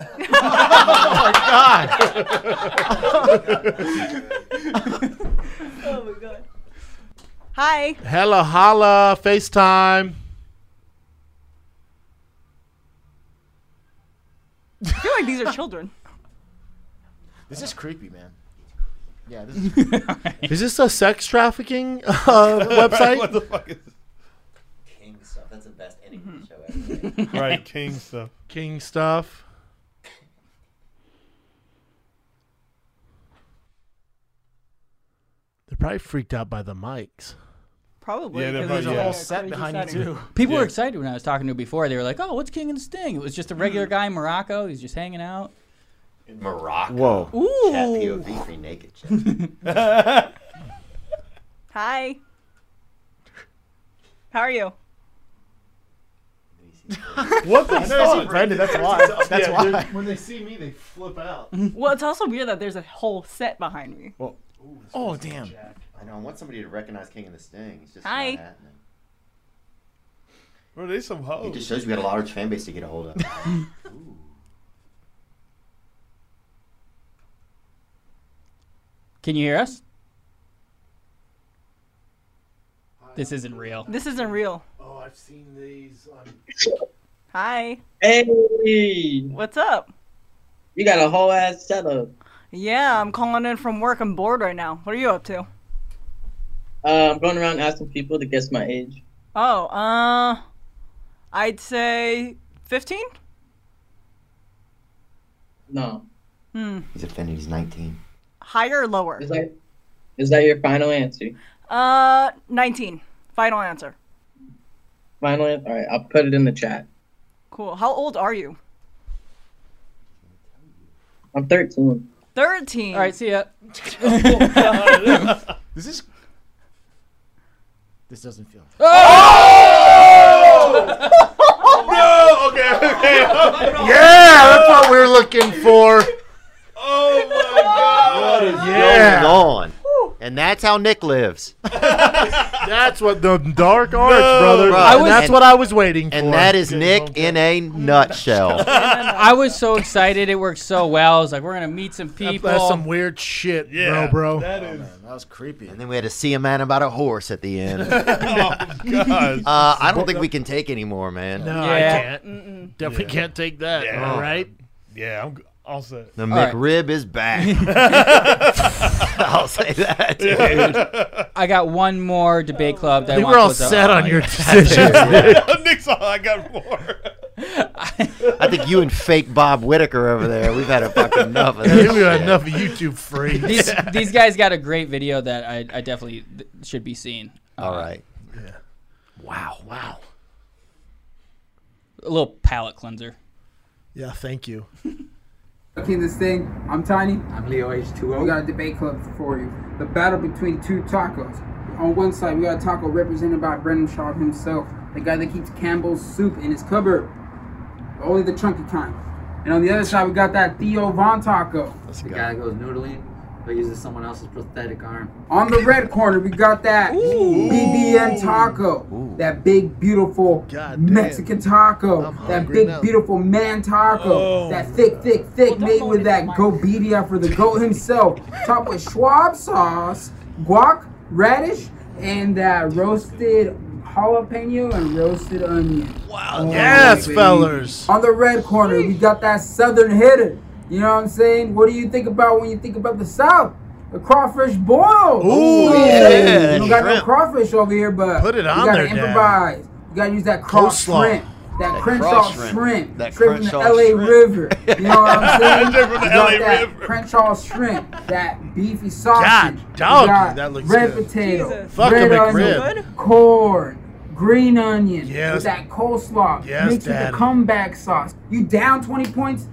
oh my
God.
Oh my god. Hi.
Hello, holla, FaceTime.
I feel like these are children.
This is creepy, man. Yeah, this
Is this a sex trafficking uh, website?
what the fuck is
King stuff. That's the best ending to the show ever.
Right, king stuff.
Mm-hmm. King stuff. They're probably freaked out by the mics.
Probably.
Yeah, they're
because
probably- yeah. There's
it's like
a whole set
crazy
behind you,
setting.
too.
People were excited when I was talking to him before. They were like, "Oh, what's King and Sting?" It was
Hmm.
just a regular guy in Morocco. He's just hanging out.
Morocco.
Whoa. Ooh.
Chat POV free naked.
Hi. How are you?
what the fuck? Brandon, that's why. That's
Yeah,
why.
dude,
When they see me, they flip out.
well, it's also weird that there's a whole set behind me.
Oh damn!
I know. I want somebody to recognize King of the Sting. It's just
Hi.
not happening.
Bro, they some hoes.
It just shows we got a large fan base to get a hold of.
Can you hear us? This isn't real.
This isn't real.
Oh, I've seen these.
Hi.
Hey,
What's up?
you got a whole ass setup.
Yeah, I'm calling in from work. I'm bored right now. What are you up to?
Uh, I'm going around asking people to guess my age.
Oh, uh, I'd say 15?
No.
Hmm.
He's offended. He's 19.
Higher or lower?
Is that is that your final answer?
Uh, 19. Final answer.
Final answer. All right, I'll put it in the chat.
Cool. How old are you?
I'm 13.
13.
All right, see ya.
this is. This doesn't feel.
Oh!
no. Okay. Okay.
Yeah, that's what we're looking for.
Oh my God.
Yeah.
Going on. And that's how Nick lives.
That's what the dark arts, brother.
Bro,
And that's
and-
what I was waiting for.
And that is Nick in a nutshell.
I was so excited. It worked so well. I was like, "We're gonna meet some
That-
people."
that's some weird shit,
Yeah,
bro, bro.
That is.
that was creepy.
And then we had to see a man about a horse at the end.
Oh,
God.
Uh, I don't think we can take any more, man.
No, I can't. Definitely
Yeah.
can't take that.
Yeah.
All right.
Yeah, I'm g- all set.
The
All right.
McRib is back. I'll say that. Dude. Oh,
I got one more debate club that
I think
I want
we're all
to close up
set
on.
on your decisions, Nick.
Nick's all I got more.
I think you and fake Bob Whitaker over there, we've had a fucking enough of
I think
this.
we had
shit.
enough of YouTube free.
these these guys got a great video that I, I definitely th- should be Uh, seeing.
All right.
Wow, wow.
A little palate cleanser.
Yeah, thank you.
King this thing. I'm Tiny. I'm Leo H2O. We got a debate club for you. The battle between two tacos. On one side, we got a taco represented by Brendan Schaub himself.
the guy that keeps Campbell's soup in his cupboard, only the chunky kind. And on the other side, we got that Theo Von Taco.
The guy that goes noodling but uses someone else's prosthetic arm.
On the red corner, we got that BBM taco. That big, beautiful Mexican taco. That big, beautiful man
Oh.
taco. That thick, thick, thick, made with that gobedia for the goat himself. topped with Schwab sauce, guac, radish, and that roasted jalapeno and roasted onion. Wow.
yes, fellers.
On the red corner, we got that southern hitter. You know what I'm saying? What do you think about when you think about the South? The crawfish boil.
Ooh, yeah,
You don't got no
shrimp.
crawfish over here, but
Put it
you
on
gotta
there, Dad.
improvise. You gotta use that cross
Coleslaw.
shrimp. That,
That
Crenshaw
cross
shrimp.
shrimp.
That
That
straight from the
Crenshaw
LA River. You know what I'm saying?
Straight from the
You got
LA
that Crenshaw shrimp. That beefy sausage. You
doggy,
got
that looks
red
good.
potato.
Jesus. Fuck a
red
McRib.
onion, Corn. Green onion. With
Yes.
that coleslaw.
Yes,
mixed with
Daddy.
the comeback sauce. You down 20 points,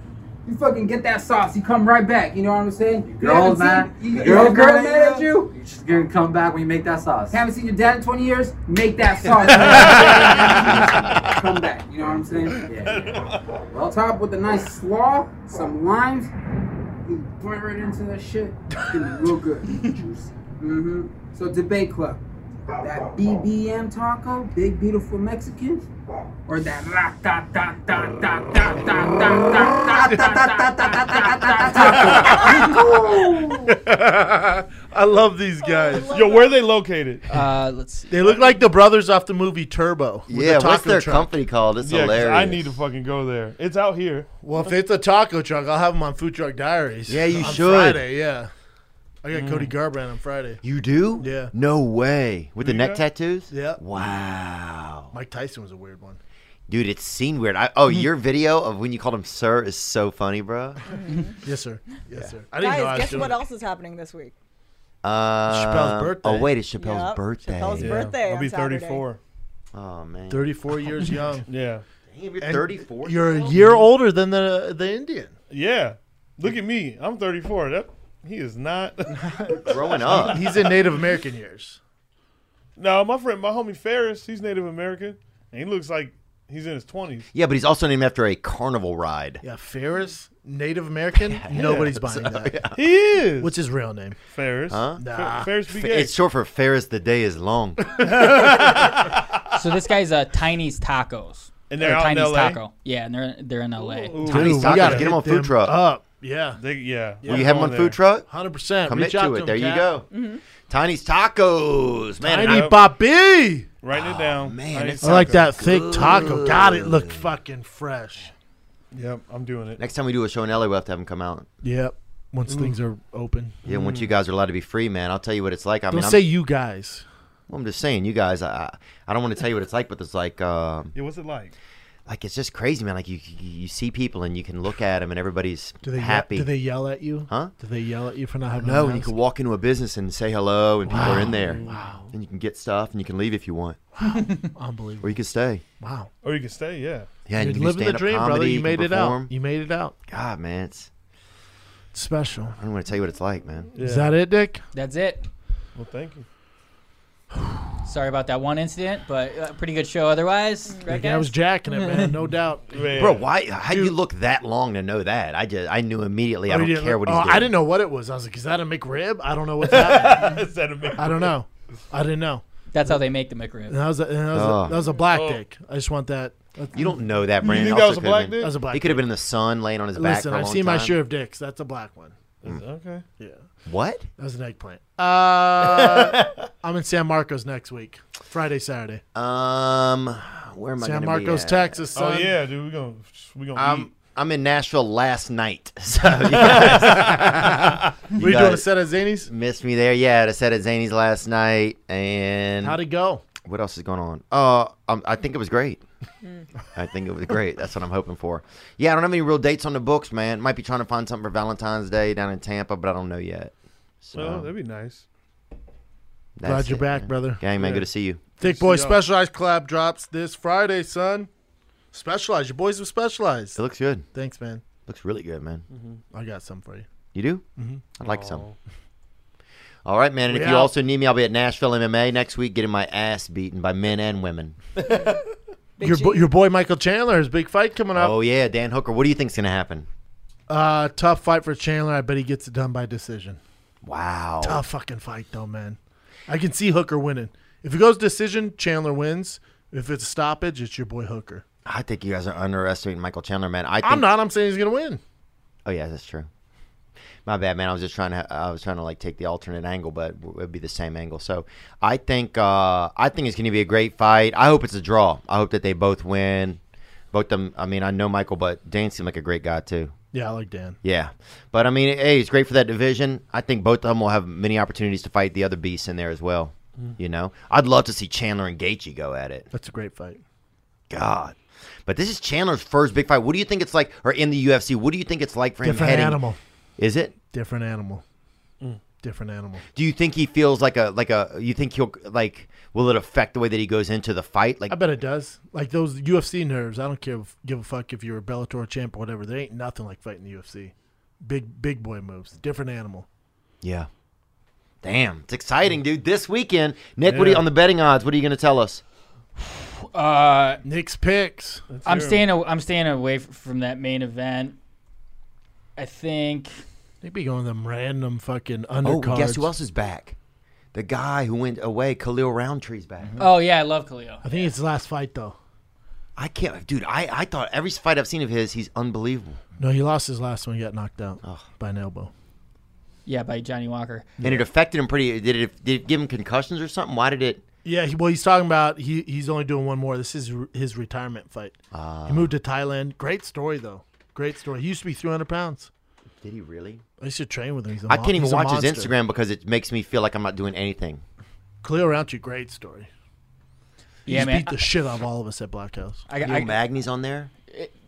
you fucking get that sauce. You come right back. You know what I'm saying? You
Girls,
haven't
man.
seen- You,
Girls
girl, girl
mad
mad
at
at you.
She's gonna come back when you make that sauce.
Haven't seen your dad in 20 years. Make that sauce. come back. You know what I'm saying? Well, top with a nice slaw, some limes. You bite right into that shit. It's gonna be real good. Juicy. Mm-hmm. So debate club. That BBM taco, big beautiful Mexicans, or that la ta ta ta ta ta ta ta ta ta ta ta
I love these guys.
Yo, where are they located?
Uh, let's see.
They look like the brothers off the movie Turbo. with
Yeah,
the
what's
taco
their
truck.
company called? It's
Yeah, 'cause
hilarious.
I need to fucking go there. It's out here.
Well, if it's a taco truck, I'll have them on Food Truck Diaries.
Yeah, you
on
should.
Friday, yeah. I got
Mm.
Cody Garbrandt on Friday.
You do?
Yeah.
No way. With the
You
neck
got-
tattoos?
Yeah.
Wow.
Mike Tyson was a weird one.
Dude, it's seen weird. I,
Hmm.
oh, your video of when you called him sir is so funny, bro.
yes, sir. Yes, sir. I didn't know I
Mm-hmm. Guys,
was
guess
doing
what
it.
else is happening this week?
Uh,
Chappelle's birthday.
Oh, wait, it's Chappelle's
Yep,
birthday.
Chappelle's Yeah, birthday I'll on be Saturday. 34.
Oh, man.
34 years young.
yeah.
Damn, you're
And
34?
You're a year older than the the Indian.
Yeah. Look at me. I'm 34. That he is not
growing up.
He's in Native American years.
No, my friend, my homie Ferris, he's Native American, and he looks like he's in his 20s.
Yeah, but he's also named after a carnival ride.
Yeah, Ferris, Native American. Nobody's buying that.
He is.
What's his real name?
Ferris.
Huh?
Nah.
Ferris
F- It's short for Ferris the Day is Long.
so this guy's uh, Tiny's Tacos.
And they're
Or
out in
Tiny's
LA?
Taco. Yeah, and they're they're in L.A.
Tiny's Tacos, get him on food truck.
Up. Yeah.
They, yeah.
Will you have him on food truck?
100%.
Commit
Reach out
to it.
him,
there you
Cat.
go.
Mm-hmm.
Tiny's Tacos. Man,
Tiny
I- Oh,
Papi.
Writing it down.
Man,
I like that thick taco. God, it looked fucking fresh.
Yep, I'm doing it.
Next time we do a show in LA, we'll have to have him come out.
Yep. Once
Ooh.
things are open.
Yeah, once you guys are allowed to be free, man, I'll tell you what it's like. I
Hmm. Don't
mean,
say
I'm,
you guys.
well, I'm just saying, you guys. I I- I don't want to tell you what it's like, but it's like, um,
Yeah, what's it like?
like it's just crazy, man. Like you you see people and you can look at them and everybody's
Do they
happy.
Ye- do they yell at you?
Huh?
Do they yell at you for not having
No,
a
and you
mask?
can walk into a business and say hello, and people are in there. Wow. And you can get stuff, and you can leave if you want,
Unbelievable.
or you can stay.
Wow.
Or you can stay, yeah.
Yeah, and you can
You're
do
living the
stand-up
dream,
comedy,
brother.
you
You
can
made it
perform.
out. You made it out.
God, man, it's
Special.
I don't want to tell you what it's like, man.
Is that it, Dick?
That's it.
Well, thank you.
Sorry about that one incident, but uh, pretty good show otherwise. Right,
Yeah, I was
guys?
jacking it, man. No doubt.
Bro, why? How do you look that long to know that? I just I knew immediately. I
Oh, you
don't
didn't
care what
look-
he's
oh,
doing.
I didn't know what it was. I was like, is that a McRib? I don't know what's happening.
is that a McRib?
I don't know. I didn't know.
That's how they make the McRib.
And that was a, and that was,
Oh.
a, that was a black dick. I just want that.
You don't know that, Brandon.
think that
Also
was a
could've
black
been-
dick? That was a black
He could have been in the sun, laying on his back
Listen,
for a
I've
long
seen my
time. Mm.
share of dicks. That's a black one.
Okay.
Yeah.
What?
That was an eggplant. Uh, I'm in San Marcos next week, Friday, Saturday.
Um, where am I?
San
gonna
Marcos,
be at?
Texas.
Oh
Son.
yeah, dude, we gonna we gonna eat.
I'm I'm in Nashville last night. So you guys,
Were you doing a set at Zany's?
Missed me there. Yeah, I had a set at Zany's last night, and
How'd it go?
What else is going on? Uh, um, I think it was great. I think it was great. That's what I'm hoping for. Yeah, I don't have any real dates on the books, man. Might be trying to find something for Valentine's Day down in Tampa, but I don't know yet. So
Well, that'd be nice.
that's
Glad you're
it,
back,
man.
brother.
Gang, man, good to see you.
Thick Boy
y'all.
Specialized Collab drops this Friday, son. Specialized. Your boys with Specialized.
It looks good.
Thanks, man.
Looks really good, man. Mm-hmm.
I got some for you.
You do?
Mhm.
I'd like some. All right, man. And
We
if you
out.
also need me, I'll be at Nashville MMA next week getting my ass beaten by men and women.
Your, bo- your boy Michael Chandler has a big fight coming up.
Oh, yeah. Dan Hooker, what do you think's going to happen?
Uh, tough fight for Chandler. I bet he gets it done by decision.
Wow.
Tough fucking fight though, man. I can see Hooker winning. If it goes decision, Chandler wins. If it's stoppage, it's your boy Hooker.
I think you guys are underestimating Michael Chandler, man. I think,
I'm not. I'm saying he's gonna win.
Oh, yeah, that's true. My bad, man. I was just trying to. I was trying to like take the alternate angle, but it would be the same angle. So I think. Uh, I think it's going to be a great fight. I hope it's a draw. I hope that they both win. Both them. I mean, I know Michael, but Dan seemed like a great guy too.
Yeah, I like Dan.
Yeah, but I mean, hey, it's great for that division. I think both of them will have many opportunities to fight the other beasts in there as well.
Mhm.
You know, I'd love to see Chandler and Gaethje go at it.
That's a great fight.
God, but this is Chandler's first big fight. What do you think it's like, or in the UFC? What do you think it's like for him?
Different
heading-
animal.
Is it?
Different animal.
Mm.
Different animal.
Do you think he feels like a like a? You think he'll like? Will it affect the way that he goes into the fight? Like
I bet it does. Like those UFC nerves. I don't care. if- Give a fuck if you're a Bellator champ or whatever. There ain't nothing like fighting the UFC. Big big boy moves. Different animal.
Yeah. Damn, it's exciting, dude. This weekend, Nick, what do you,
Yeah.
on the betting odds? What are you going to tell us?
Uh,
Nick's picks.
I'm staying. a- I'm staying away f- from that main event. I think.
They be going them random fucking
Oh,
undercards.
guess who else is back? The guy who went away, Khalil Roundtree's back.
Mm-hmm.
Oh yeah, I love Khalil.
I think it's his last fight though.
I can't, dude. I, I thought every fight I've seen of his, he's unbelievable.
No, he lost his last one. He got knocked out by an elbow.
Yeah, by Johnny Walker.
Oh. And it affected him pretty. Did it, did it give him concussions or something? Why did it?
Yeah, he, well, he's talking about he he's only doing one more. This is re- his retirement fight.
Uh,
he moved to Thailand. Great story though. Great story. He used to be 300 pounds.
Did he really?
I used to train with him. He's a
I
mon-
can't even
he's a
watch his
monster.
Instagram because it makes me feel like I'm not doing anything.
Khalil Roundtree, great story. He
Yeah,
just
man,
beat the
I-
shit out of all of us at Black House.
I- Neil I-
Magny's on there.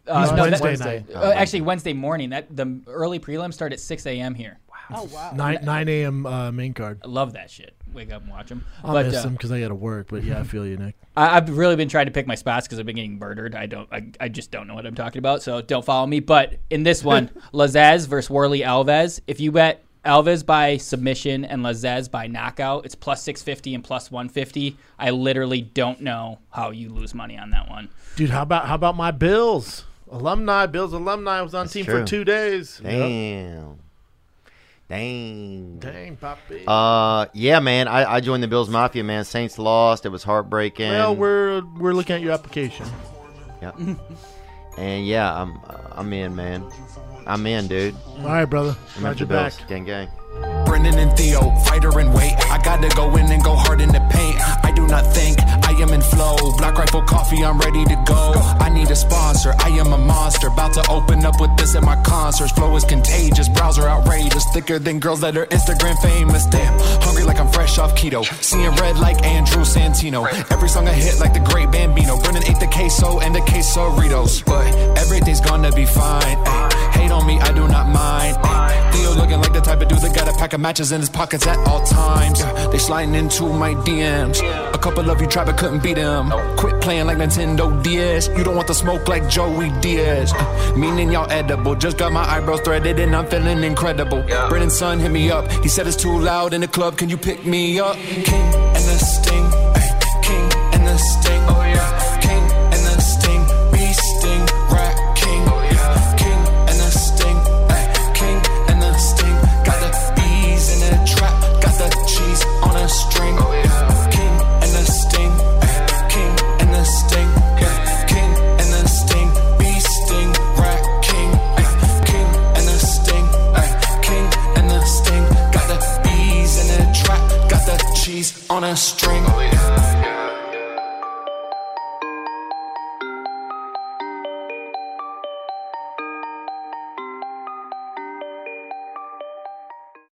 Uh,
He's
no, that-
Wednesday night.
Uh, actually, Wednesday morning. That the early prelims start at 6 a.m. here. Wow. Oh wow.
nine nine a.m. Uh, main card.
I love that shit. Wake up and watch them.
I'll
but
miss
uh,
him because I got to work. But yeah, I feel you, Nick.
I, I've really been trying to pick my spots because I've been getting murdered. I don't. I, I just don't know what I'm talking about. So don't follow me. But in this one, Lazaz versus Worley Alves. If you bet Alves by submission and Lazaz by knockout, it's plus 650 and plus 150. I literally don't know how you lose money on that one.
Dude, how about how about my Bills alumni? Bills alumni was on team for
true.
two days.
Damn. Dang.
Dang, Poppy.
Uh, yeah, man. I, I joined the Bills Mafia, man. Saints lost. It was heartbreaking.
Well, we're we're looking at your application.
Yep. and yeah, I'm I'm in, man. I'm in, dude.
All right, brother.
I'm
Glad
after
you're back.
Bills. Gang, gang.
Brennan and Theo, fighter and weight. I gotta go in and go hard in the paint. I do not think I am in flow. Black rifle coffee, I'm ready to go. I need a sponsor, I am a monster. About to open up with this at my concerts. Flow is contagious, browser outrageous. Thicker than girls that are Instagram famous. Damn, hungry like I'm fresh off keto. Seeing red like Andrew Santino. Every song I hit like the great Bambino. Brennan ate the queso and the quesaritos. But everything's gonna be fine. ayy. Hate on me, I do not mind. ayy. Theo looking like the type of dude that got a pack of matches in his pockets at all times. Yeah, They sliding into my DMs. A couple of you tried but couldn't beat them. Quit playing like Nintendo DS. You don't want the smoke like Joey Diaz. Meaning y'all edible. Just got my eyebrows threaded and I'm feeling incredible. Brennan's son hit me up. He said it's too loud in the club. Can you pick me up? King and the sting. ayy. King and the sting. Oh yeah. King and the sting. We sting. Rat king. Oh yeah. King and the sting. ayy. King and the sting. Got the bees in a trap. Got the cheese on a string. Oh yeah. King and the sting. ayy. King and the sting. Yeah. King and the sting. Bee sting. Rat king. ayy. King and the sting. ayy. King and the sting. Got the bees in a trap. Got the cheese on a string. Oh yeah.